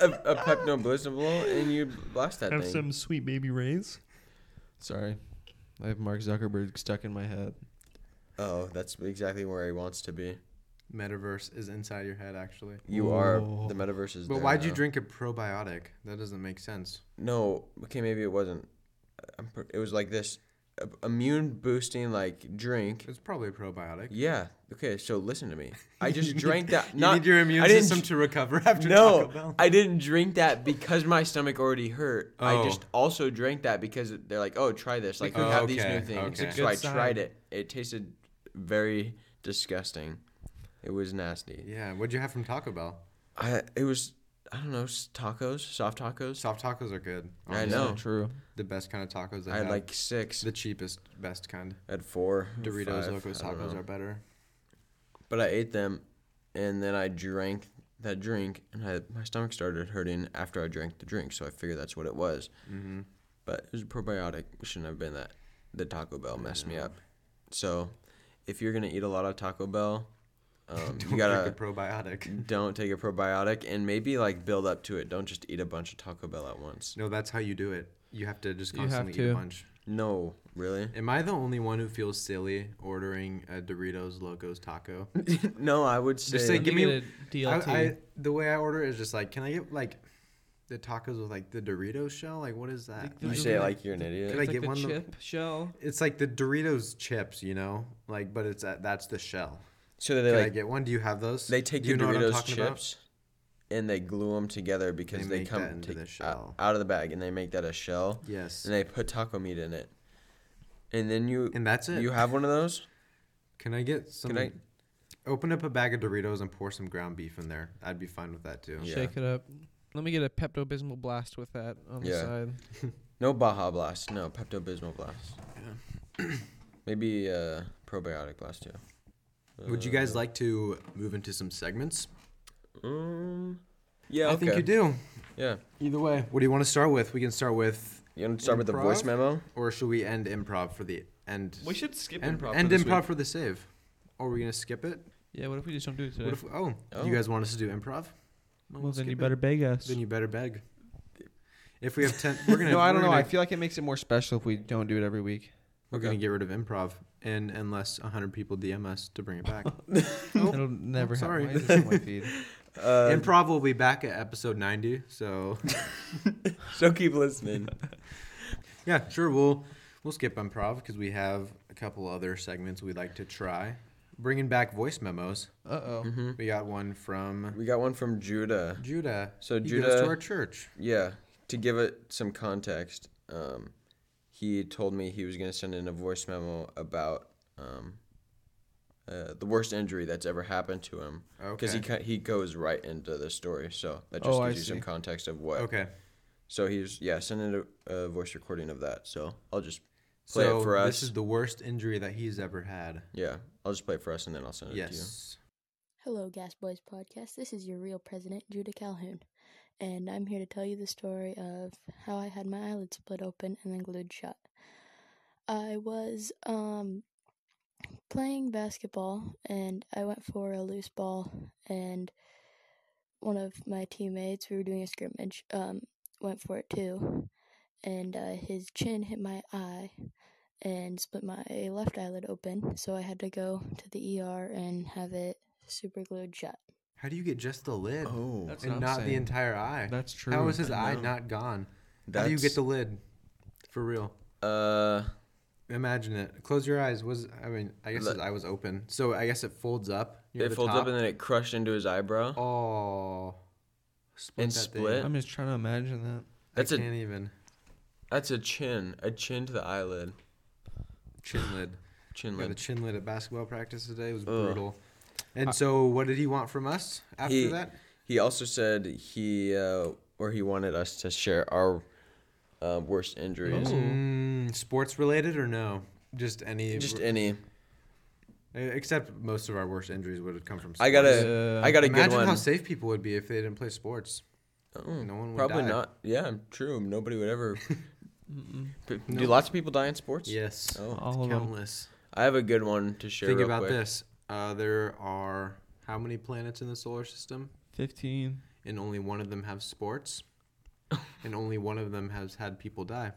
S2: a, a Pepto Bismol and you blast that thing.
S1: sweet baby rays. Sorry, I have Mark Zuckerberg stuck in my head.
S2: Oh, that's exactly where he wants to be.
S3: Metaverse is inside your head, actually.
S2: You are. The metaverse is
S3: But
S2: there
S3: why'd you
S2: now.
S3: drink a probiotic? That doesn't make sense.
S2: No, okay, maybe it wasn't. I'm pr- It was like this uh, immune boosting like drink.
S3: It's probably a probiotic.
S2: Yeah. Okay, so listen to me. I just
S3: You
S2: drank
S3: need-
S2: that.
S3: You
S2: Not
S3: need your immune
S2: I didn't
S3: system
S2: dr-
S3: to recover after Taco
S2: No,
S3: Bell.
S2: I didn't drink that because my stomach already hurt. I
S3: Oh.
S2: just also drank that because they're like, "Oh, try this. Like, we
S3: Oh,
S2: have these
S3: okay,
S2: new things."
S3: okay. It's a
S2: So I
S1: good sign.
S2: tried it. It tasted very disgusting. It was nasty.
S3: Yeah, what'd you have from Taco Bell?
S2: I it was I don't know s- tacos, soft tacos.
S3: Soft tacos are good.
S2: I
S3: honestly.
S2: know.
S1: True.
S3: The best kind of tacos. They
S2: I had
S3: have.
S2: like six.
S3: the cheapest, best kind.
S2: I had four.
S3: Doritos,
S2: five,
S3: Locos
S2: I don't
S3: Tacos
S2: know.
S3: are better.
S2: But I ate them, and then I drank that drink, and I, my stomach started hurting after I drank the drink. So I figured that's what it was.
S3: Mm-hmm.
S2: But it was a probiotic. It shouldn't have been that. The Taco Bell messed me up. So if you're gonna eat a lot of Taco Bell, um, you gotta
S3: a probiotic.
S2: don't take a probiotic and maybe like build up to it. Don't just eat a bunch of Taco Bell at once.
S3: No, that's how you do it. You have to just
S1: You have
S3: constantly eat
S1: to.
S3: a bunch.
S2: No, really?
S3: Am I the only one who feels silly ordering a Doritos Locos Taco?
S2: no, I would say.
S3: Just say give me. I,
S4: DLT.
S3: I, the way I order is just like, can I get like the tacos with like the Doritos shell? Like, what is that?
S2: you say it like you're an idiot.
S3: Could I
S4: It's
S3: get
S4: like
S3: one
S4: the
S3: of-
S4: chip shell.
S3: It's like the Doritos chips, you know, like, but it's at, that's the shell.
S2: So they
S3: Can I
S2: like
S3: get one? Do you have those?
S2: they take
S3: Do you
S2: your
S3: know what I'm
S2: Doritos
S3: talking about?
S2: chips and they glue them together because
S3: They
S2: they,
S3: make
S2: come
S3: that into
S2: to-
S3: the
S2: out-
S3: shell.
S2: out of the bag and they make that a shell
S3: Yes.
S2: and they put taco meat in it. And then you
S3: and that's it.
S2: you have one of those?
S3: Can I get some?
S2: I-
S3: Open up a bag of Doritos and pour some ground beef in there. I'd be fine with that too.
S2: Yeah.
S1: Shake it up. Let me get a Pepto Bismol blast with that on the
S2: Yeah.
S1: side.
S2: No Baja Blast, no Pepto Bismol Blast. Maybe uh, probiotic blast too. Uh,
S3: Would you guys like to move into some segments?
S2: Um, yeah,
S3: I
S2: okay.
S3: think you do.
S2: Yeah,
S3: Either way, what do you want to start with? We can start with,
S2: you want to start with the voice
S3: Improv?
S2: memo?
S3: or should we end improv for the end?
S4: We should skip
S3: end
S4: improv.
S3: end
S4: for this
S3: improv
S4: Week.
S3: for the save. Or are we gonna skip it?
S1: Yeah. What if we just don't do it today?
S3: What if, oh,
S2: Oh.
S3: you guys want us to do improv?
S1: well,
S3: we'll
S1: then you
S3: skip it.
S1: better beg us.
S3: Then you better beg. If we have ten, we're gonna.
S1: no, I
S3: we're
S1: don't know.
S3: gonna-
S1: I feel like it makes it more special if we don't do it every week.
S3: we're
S2: Okay.
S3: gonna get rid of improv, and unless hundred people DM us to bring it back.
S1: It'll never happen.
S3: sorry.
S1: Why is this on my feed?
S2: Uh,
S3: Improv will be back at episode 90. So,
S2: so keep listening.
S3: yeah, sure. We'll we'll skip improv because we have a couple other segments we'd like to try. Bringing back voice memos.
S1: Uh oh.
S3: We got one from
S2: We got one from Judah.
S3: Judah.
S2: So
S3: he goes
S2: Judah-
S3: to our church.
S2: Yeah, to give it some context, um, he told me he was going to send in a voice memo about um, uh, the worst injury that's ever happened to him. Because he
S3: Okay.
S2: he, he goes right into the story. So that
S1: Oh,
S2: just
S1: I
S2: gives you some
S1: see.
S2: context of what.
S3: Okay.
S2: So he's, yeah, sending a, a voice recording of that. So I'll just play
S3: so
S2: it for us.
S3: this is the worst injury that he's ever had.
S2: yeah, I'll just play it for us and then I'll send it to you.
S3: Yes.
S7: Hello, Gas Boys Podcast. This is your real president, Judah Calhoun, and I'm here to tell you the story of how I had my eyelid split open and then glued shut. I was um, playing basketball, and I went for a loose ball, and one of my teammates, we were doing a scrimmage, um, went for it too, and uh, his chin hit my eye, and split my left eyelid open, so I had to go to the ER and have it super glued shut.
S3: How do you get just the lid
S2: Oh,
S4: That's
S3: and
S4: what I'm
S3: not the
S4: saying.
S3: entire eye?
S1: That's true.
S3: How is his
S2: I
S3: eye
S2: know.
S3: not gone?
S2: that's,
S3: How do you get the lid? For real.
S2: Uh,
S3: Imagine it. Close your eyes. Was I mean? I guess his
S2: Le-
S3: eye was open, so I guess it folds up. near
S2: it
S3: the
S2: folds
S3: top.
S2: up and then it crushed into his eyebrow.
S3: oh, split
S2: And
S3: that
S2: split?
S3: Thing.
S1: I'm just trying to imagine that.
S2: That's
S3: I
S2: a-
S3: can't even
S2: That's a chin. A chin to the eyelid.
S3: chin lid.
S2: Chin
S3: Yeah, the
S2: lid.
S3: chin lid at basketball practice today was
S2: Ugh.
S3: brutal. And so, what did he want from us after
S2: He-
S3: that?
S2: He also said he uh, or he wanted us to share our uh, worst injuries.
S3: Mm, sports related or no? Just any. eh,
S2: Just any.
S3: except most of our worst injuries would have come from. Sports.
S2: I got a.
S4: Uh,
S2: I got a
S3: Imagine
S2: good one.
S3: how safe people would be if they didn't play sports.
S2: Oh,
S3: no one would
S2: Probably
S3: die.
S2: not. Yeah, true. Nobody would ever. P- Do lots of people die in sports?
S3: Yes.
S2: Oh.
S1: All of 'em.
S3: countless.
S2: I have a good one to share.
S3: Think
S2: real
S3: about
S2: quick.
S3: this. Uh, there are how many planets in the solar system?
S1: 15.
S3: And only one of them have sports. and only one of them has had people die.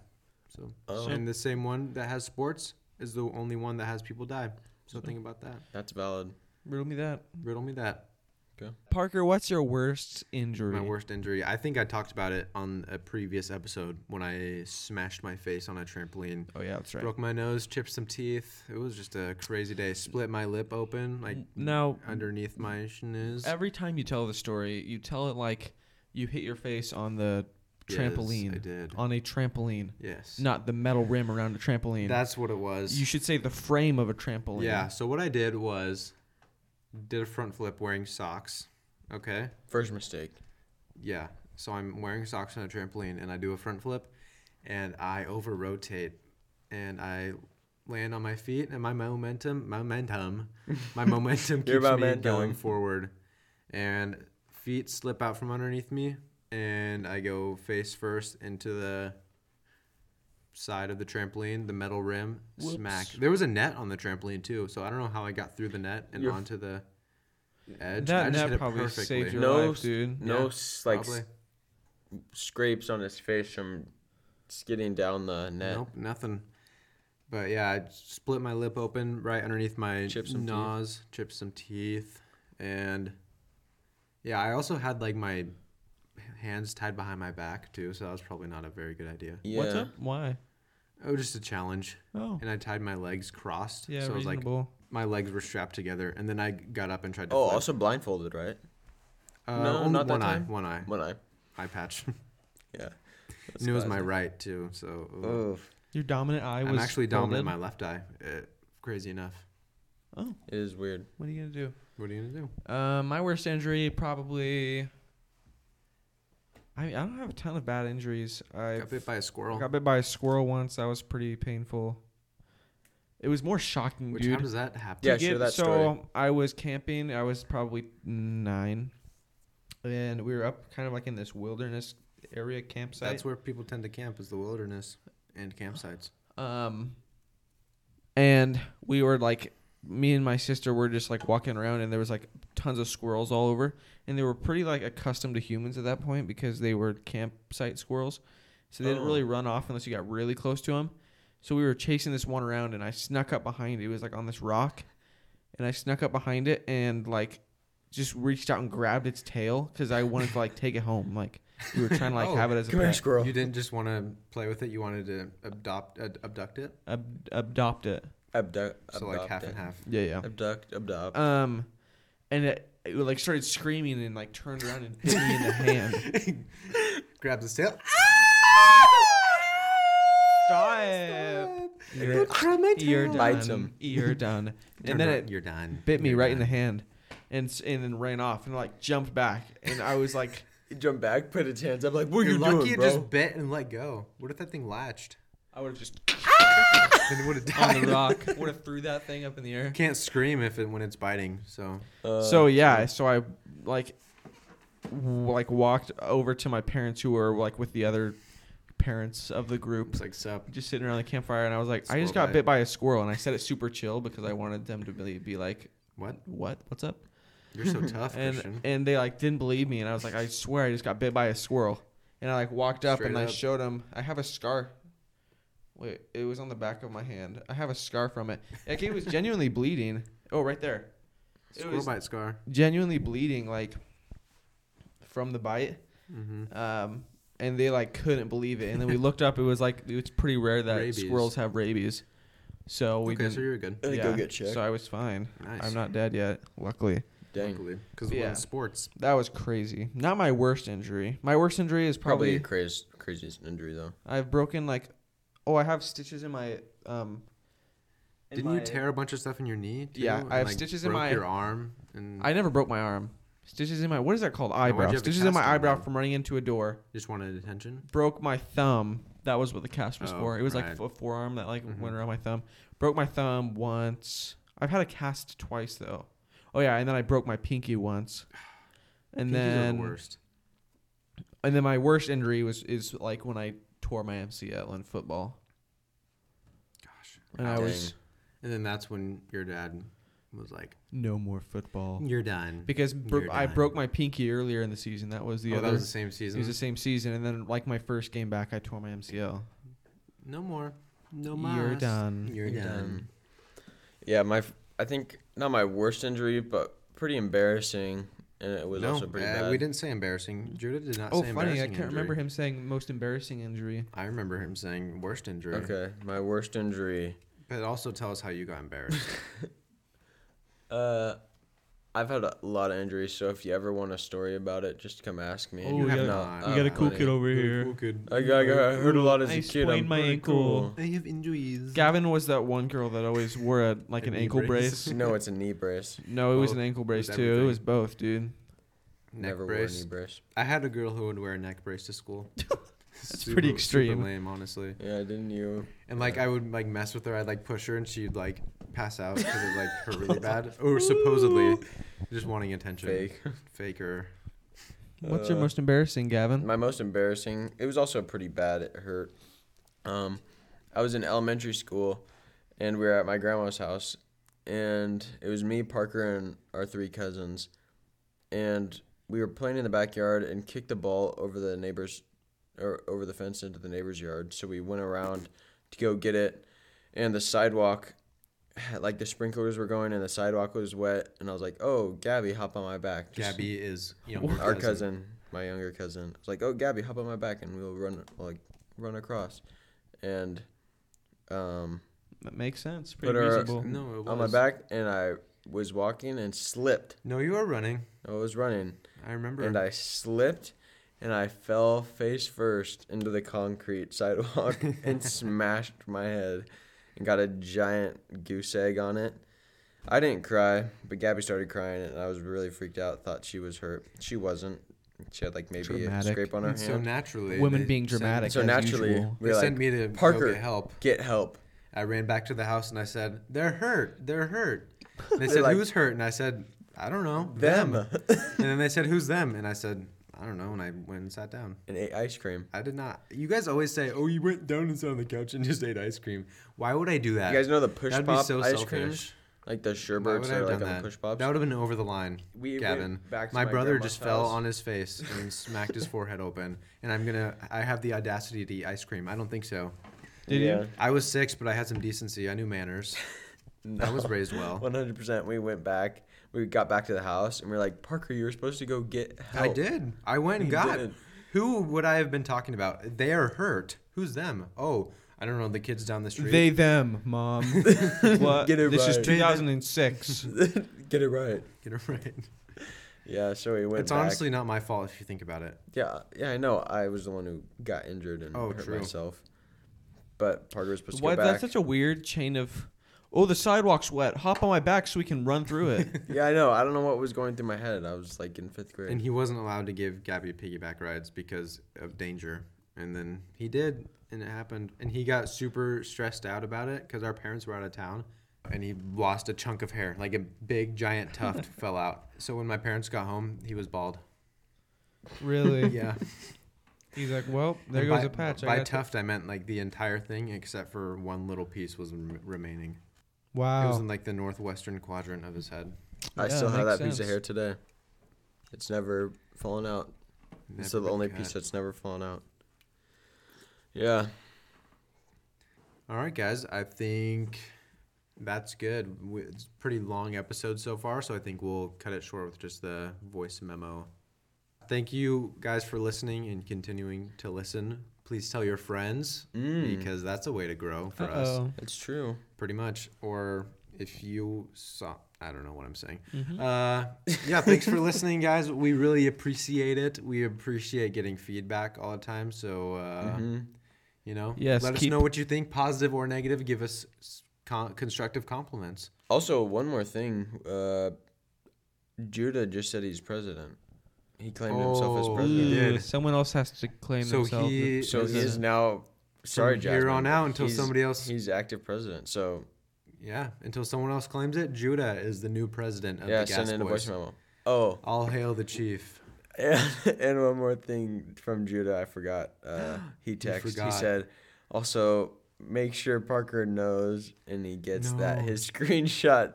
S3: So
S2: Oh.
S3: and the same one that has sports is the only one that has people die. So think about that.
S2: That's valid.
S1: Riddle me that.
S3: Riddle me that.
S1: Parker, what's your worst injury?
S3: My worst injury. I think I talked about it on a previous episode when I smashed my face on a trampoline.
S1: Oh, yeah, that's right.
S3: Broke my nose, chipped some teeth. It was just a crazy day. Split my lip open, like
S4: Now,
S3: underneath my schniz.
S4: every time you tell the story, you tell it like you hit your face on the
S3: Yes,
S4: trampoline.
S3: I did.
S4: On a trampoline,
S3: Yes.
S4: not the metal rim around a trampoline.
S3: That's what it was.
S4: you should say the frame of a trampoline.
S3: yeah. So what I did was did a front flip wearing socks. Okay.
S2: First mistake.
S3: Yeah. So I'm wearing socks on a trampoline and I do a front flip and I over rotate and I land on my feet and my momentum, momentum, my momentum keeps
S2: Your
S3: me
S2: momentum.
S3: going forward and feet slip out from underneath me and I go face first into the side of the trampoline, the metal rim, smack. There was a net on the trampoline too, so I don't know how I got through the net and
S2: Your-
S3: onto the edge.
S1: That
S3: I just
S1: net
S3: hit it
S1: probably saved
S3: perfectly.
S1: your-
S2: no,
S1: life,
S2: s-
S1: dude.
S2: No,
S3: Yeah,
S2: s- like s-
S3: probably.
S2: scrapes on his face from skidding down the net.
S3: Nope, nothing. But yeah, I split my lip open right underneath my
S2: Chipped some teeth.
S3: nose, chipped some teeth, and yeah, I also had like my hands tied behind my back too, so that was probably not a very good idea.
S2: Yeah.
S4: What's up? Why?
S3: It was just a challenge,
S4: Oh.
S3: and I tied my legs crossed,
S4: Yeah,
S3: so it was like
S4: reasonable.
S3: my legs were strapped together, and then I got up and tried to.
S2: Oh,
S3: flip.
S2: also blindfolded, right?
S3: uh,
S2: no,
S3: only
S2: not that
S3: one eye,
S2: time?
S3: one eye,
S2: When I,
S3: eye patch.
S2: yeah.
S3: and it was my right too, so uh,
S2: Oh,
S4: Your dominant eye was.
S3: I'm actually dominant in my
S4: folded.
S3: left eye. Uh, crazy enough.
S4: Oh,
S2: it is weird.
S4: what are you gonna do?
S3: What are you gonna do?
S4: Uh, my worst injury probably. I I don't have a ton of bad injuries. I
S3: Got bit by a squirrel.
S4: got bit by a squirrel once. That was pretty painful. It was more shocking,
S3: Which,
S4: dude.
S3: how does that happen?
S2: Yeah,
S4: to
S2: share
S4: get-
S2: that
S4: so
S2: story.
S4: I was camping. I was probably nine, and we were up kind of like in this wilderness area campsite.
S3: That's where people tend to camp is the wilderness and campsites.
S4: Um, and we were like, me and my sister were just like walking around, and there was like tons of squirrels all over, and they were pretty like accustomed to humans at that point because they were campsite squirrels, so they didn't
S2: Oh.
S4: really run off unless you got really close to them. So we were chasing this one around, and I snuck up behind it. It was like on this rock, and I snuck up behind it and like
S1: just reached out and grabbed its tail because I wanted to like take it home. Like we were trying to like
S3: Oh,
S1: have it as a
S2: Come here,
S1: pet.
S2: squirrel.
S3: You didn't just want to play with it. You wanted to adopt ad- abduct it.
S1: Ab- adopt it.
S2: Abduct.
S3: So like half
S2: abduct
S3: and
S2: it.
S3: half.
S1: Yeah, yeah.
S2: Abduct. Abduct.
S1: Um, and it, it like started screaming and like turned around and bit me in the hand.
S3: Grabs its tail.
S1: Stop.
S2: You're-
S1: You're
S2: Bites
S1: done.
S2: him.
S1: You're done.
S3: Turn
S1: And then
S3: around,
S1: it
S3: you're done.
S1: bit me
S3: You're
S1: right in the
S3: done.
S1: hand, and s- and then ran off and like jumped back and I was like.
S2: He jumped back, put his hands up, like, what are
S3: You're
S2: you
S3: lucky
S2: doing,
S3: it
S2: bro?
S3: just bit and let go. What if that thing latched?
S1: I would have just
S3: Then it would have
S1: on
S3: died.
S1: the rock. Would have threw that thing up in the air.
S3: Can't scream if it when it's biting. So
S1: so yeah, so I like w- like walked over to my parents who were like with the other parents of the group,
S3: it's like sup.
S1: just sitting around the campfire, and I was like, I just got
S3: Squirrel bite.
S1: bit by a squirrel, and I said it super chill because I wanted them to really be like,
S3: What?
S1: what, what's up?
S3: You're so tough,
S1: And
S3: Christian.
S1: and they like didn't believe me, and I was like, I swear I just got bit by a squirrel, and I like walked up and
S3: Straight
S1: I
S3: up.
S1: showed them I have a scar. Wait, it was on the back of my hand. I have a scar from it. Like it was genuinely bleeding. Oh, right there. It
S3: Squirrel
S1: was-
S3: bite scar.
S1: genuinely bleeding like from the bite
S3: Mm-hmm.
S1: um and they like couldn't believe it and then we looked up it was like it's pretty rare that
S3: Rabies.
S1: squirrels have rabies so we
S3: Okay,
S1: didn't,
S3: so you're good.
S2: Uh, Go get checked.
S1: so i was fine
S3: Nice.
S1: i'm not dead yet luckily
S2: Dang.
S3: Luckily, because we're
S1: Yeah.
S3: in sports.
S1: that was crazy not my worst injury my worst injury is
S2: Probably
S1: probably
S2: the craziest, craziest injury, though.
S1: i've broken like oh i have stitches in my um in
S3: Didn't you
S1: my-
S3: tear a bunch of stuff in your knee? Too,
S1: Yeah,
S3: And,
S1: I have
S3: like,
S1: stitches in
S3: broke
S1: my-
S3: your arm. And I
S1: i never broke my arm stitches in my what is that called
S3: why'd you
S1: eyebrow
S3: have a
S1: stitches in my
S3: cast on
S1: eyebrow
S3: then?
S1: from running into a door
S3: just wanted attention.
S1: broke my thumb. That was what the cast was
S3: Oh,
S1: for. It was
S3: right. Mm-hmm.
S1: like a forearm that like went around my thumb. Broke my thumb once. I've had a cast twice though. Oh yeah, and then I broke my pinky once. And
S3: Pinkies are
S1: then
S3: the worst.
S1: and then my worst injury was is like when I tore my MCL in football.
S3: Gosh.
S1: And I
S2: Dang.
S1: was
S3: And then that's when your dad was like,
S1: no more football
S3: "You're done."
S1: because bro-
S3: You're
S1: I
S3: done.
S1: broke my pinky earlier in the season. That was the
S3: oh,
S1: other.
S3: that was the same
S1: it
S3: season.
S1: was the same season, and then like my first game back, I tore my MCL.
S3: no more. No more.
S1: You're done.
S3: You're,
S2: You're
S3: done.
S2: done. Yeah, my, f- I think not my worst injury, but pretty embarrassing, and it was
S3: no,
S2: also pretty
S3: uh,
S2: bad.
S3: we didn't say embarrassing. Judah did not
S1: Oh,
S3: say
S1: funny! I
S3: embarrassing.
S1: can't remember
S3: injury.
S1: him saying most embarrassing injury.
S3: I remember him saying worst injury.
S2: Okay, my worst injury.
S3: But also tell us how you got embarrassed.
S2: Uh, I've had a lot of injuries, so if you ever want a story about it, just come ask me.
S1: Oh,
S2: If
S1: you
S3: have
S2: not,
S3: not. Uh,
S2: I'm
S3: You got a
S2: funny.
S1: over
S2: I got, I got I hurt a lot as
S1: I
S2: a kid. I'm
S1: sprained my
S2: pretty
S1: ankle.
S3: I have injuries.
S1: Gavin was that one girl that always wore a like
S3: A
S1: an
S3: knee
S1: ankle
S3: brace.
S1: brace.
S2: cool. No, it's a knee brace.
S1: No, it was
S3: Both.
S1: an ankle brace
S3: It was
S1: too. It
S3: everything.
S1: was both, dude.
S3: Neck
S2: Never
S3: brace.
S2: wore a knee brace.
S3: I had a girl who would wear a neck brace to school. That's
S1: pretty extreme.
S3: Super lame, honestly.
S2: Yeah, didn't you?
S3: And like I would like mess with her. I'd like push her, and she'd like pass out because it like hurt really bad, or supposedly just wanting attention.
S2: Fake. Uh,
S3: Faker.
S1: What's
S3: Uh,
S1: your most embarrassing, Gavin?
S2: My most embarrassing. It was also pretty bad. It hurt. Um, I was in elementary school, and we were at my grandma's house, and it was me, Parker, and our three cousins, and we were playing in the backyard and kicked the ball over the neighbor's, or over the fence into the neighbor's yard. So we went around to go get it, and the sidewalk. had- Like the sprinklers were going and the sidewalk was wet, and I was like, "Oh, Gabby, hop on my back." Just-
S3: Gabby is you know
S2: our cousin, my younger cousin, was like, "Oh, Gabby, hop on my back, and we'll run like run across." And um,
S1: That makes sense.
S2: put
S1: Pretty
S3: uh,
S2: her
S1: reasonable.
S3: No, it was.
S2: on my back, and I was walking and slipped.
S3: No, you are running.
S2: I was running,
S3: I remember.
S2: and I slipped, and I fell face first into the concrete sidewalk and smashed my head, and got a giant goose egg on it. I didn't cry, but Gabby started crying, and I was really freaked out. Thought she was hurt. She wasn't. She had like maybe
S1: Dramatic.
S2: a scrape on her hand.
S3: so naturally,
S1: Women
S3: they
S1: being
S3: sent-
S1: dramatic.
S2: So
S1: as
S2: naturally,
S1: usual.
S2: we
S3: They
S2: like,
S3: sent me to go
S2: Parker
S3: get help.
S2: Get help.
S3: I ran back to the house and I said, "They're hurt. They're hurt." They said,
S2: like-
S3: "Who's hurt?" And I said, "I don't know."
S2: Them.
S3: and then they said, "Who's them?" And I said, "I don't know." And I went and sat down.
S2: and ate ice cream.
S3: I did not. You guys always say, "Oh, you went down and sat on the couch and just ate ice cream." Why would I do that?
S2: You guys know the push
S3: That'd be
S2: pop
S3: so
S2: ice
S3: selfish.
S2: cream, like the
S3: Why
S2: sherbets
S3: would I
S2: that
S3: have
S2: are like
S3: done
S2: on
S3: that?
S2: push pops.
S3: That would have been over the line,
S2: We went
S3: Gavin.
S2: back to
S3: my
S2: my
S3: brother
S2: grandma's
S3: just fell
S2: house.
S3: on his face and smacked his forehead open. And I'm gonna. I have the audacity to eat ice cream. I don't think so.
S1: Did
S2: yeah,
S3: I was six, but I had some decency. I knew manners. I was raised well.
S2: one hundred percent. We went back. we got back to the house and we are like, Parker, you were supposed to go get help.
S3: I did. I went and
S2: You
S3: got.
S2: did.
S3: Who would I have been talking about? They are hurt. Who's them? Oh, I don't know. The kids down the street.
S1: They them mom. what?
S2: Get it
S1: this
S2: right.
S1: is 2006.
S2: get it right.
S3: Get it right.
S2: Yeah, so we went.
S3: It's
S2: back.
S3: honestly not my fault if you think about it.
S2: Yeah, yeah, I know. I was the one who got injured and
S3: Oh,
S2: hurt
S3: true.
S2: myself. But Parker was supposed to
S4: Why,
S2: go
S4: that's
S2: back.
S4: such a weird chain of. Oh, the sidewalk's wet. Hop on my back so we can run through it.
S2: yeah, I know. I don't know what was going through my head. I was like in fifth grade.
S3: And he wasn't allowed to give Gabby piggyback rides because of danger. And then he did, and it happened. And he got super stressed out about it because our parents were out of town, and he lost a chunk of hair, like a big giant tuft fell out. So when my parents got home, he was bald.
S1: really?
S3: Yeah.
S1: He's like, well, there
S3: And
S1: goes
S3: by,
S1: a patch. I
S3: By
S1: got to-
S3: tuft, I meant like the entire thing except for one little piece was rem- remaining. It was
S1: Wow.
S3: in like the northwestern quadrant of his head.
S2: I
S1: Yeah,
S2: still have
S1: makes
S2: that piece of
S1: sense.
S2: hair today. It's never fallen out. it's
S3: Never
S2: the only
S3: got.
S2: piece that's never fallen out. Yeah.
S3: All right, guys. I think that's good. We- It's a pretty long episode so far, so I think we'll cut it short with just the voice memo. Thank you guys for listening and continuing to listen. Please tell your friends because that's a way to grow for us,
S4: Uh-oh.
S2: It's true.
S3: pretty much. Or if you saw, I don't know what I'm saying. Uh, yeah, thanks for listening, guys. We really appreciate it. We appreciate getting feedback all the time. So, uh,
S2: Mm-hmm.
S3: you know,
S4: Yes,
S3: let us
S4: keep-
S3: know what you think, positive or negative. Give us s- con- constructive compliments.
S2: Also, one more thing. Uh, Judah just said he's president. He claimed himself as
S3: Oh.
S2: president.
S3: Dude.
S4: Ooh, someone else has to claim
S3: So
S4: themselves.
S3: he-
S2: So he is
S3: President.
S2: now. Sorry,
S3: here
S2: Jasmine,
S3: on out until
S2: he's-
S3: somebody else-
S2: He's active president. So
S3: Yeah, until someone else claims it, Judah is the new president of
S2: yeah,
S3: the Gas
S2: send in
S3: Boys.
S2: a voice memo. Oh,
S3: All hail the chief.
S2: And, and one more thing from Judah, I forgot. Uh, he texted. He
S3: forgot.
S2: said, also make sure Parker knows, and he gets that
S3: No.
S2: his screenshot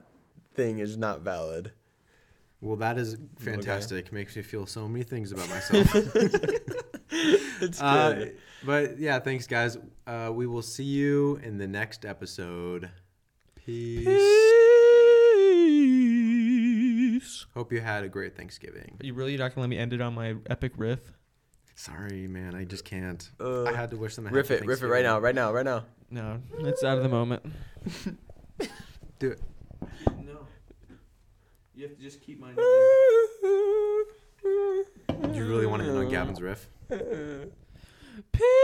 S2: thing is not valid.
S3: Well, that is fantastic. Makes me feel so many things about myself.
S2: It's
S3: uh,
S2: good.
S3: but yeah, thanks, guys. Uh, we will see you in the next episode. Peace. Hope you had a great Thanksgiving.
S4: You really not gonna let me end it on my epic riff?
S3: Sorry, man. I just can't.
S2: Uh,
S3: I had to wish them a
S2: riff
S3: happy
S2: it, riff it right now,
S3: Thanksgiving.
S2: right now, right now.
S4: No, it's out of the moment.
S3: Do it.
S4: No, you have to just keep mine.
S3: Do you really want to end on Gavin's riff?
S4: Peace.
S2: Mm.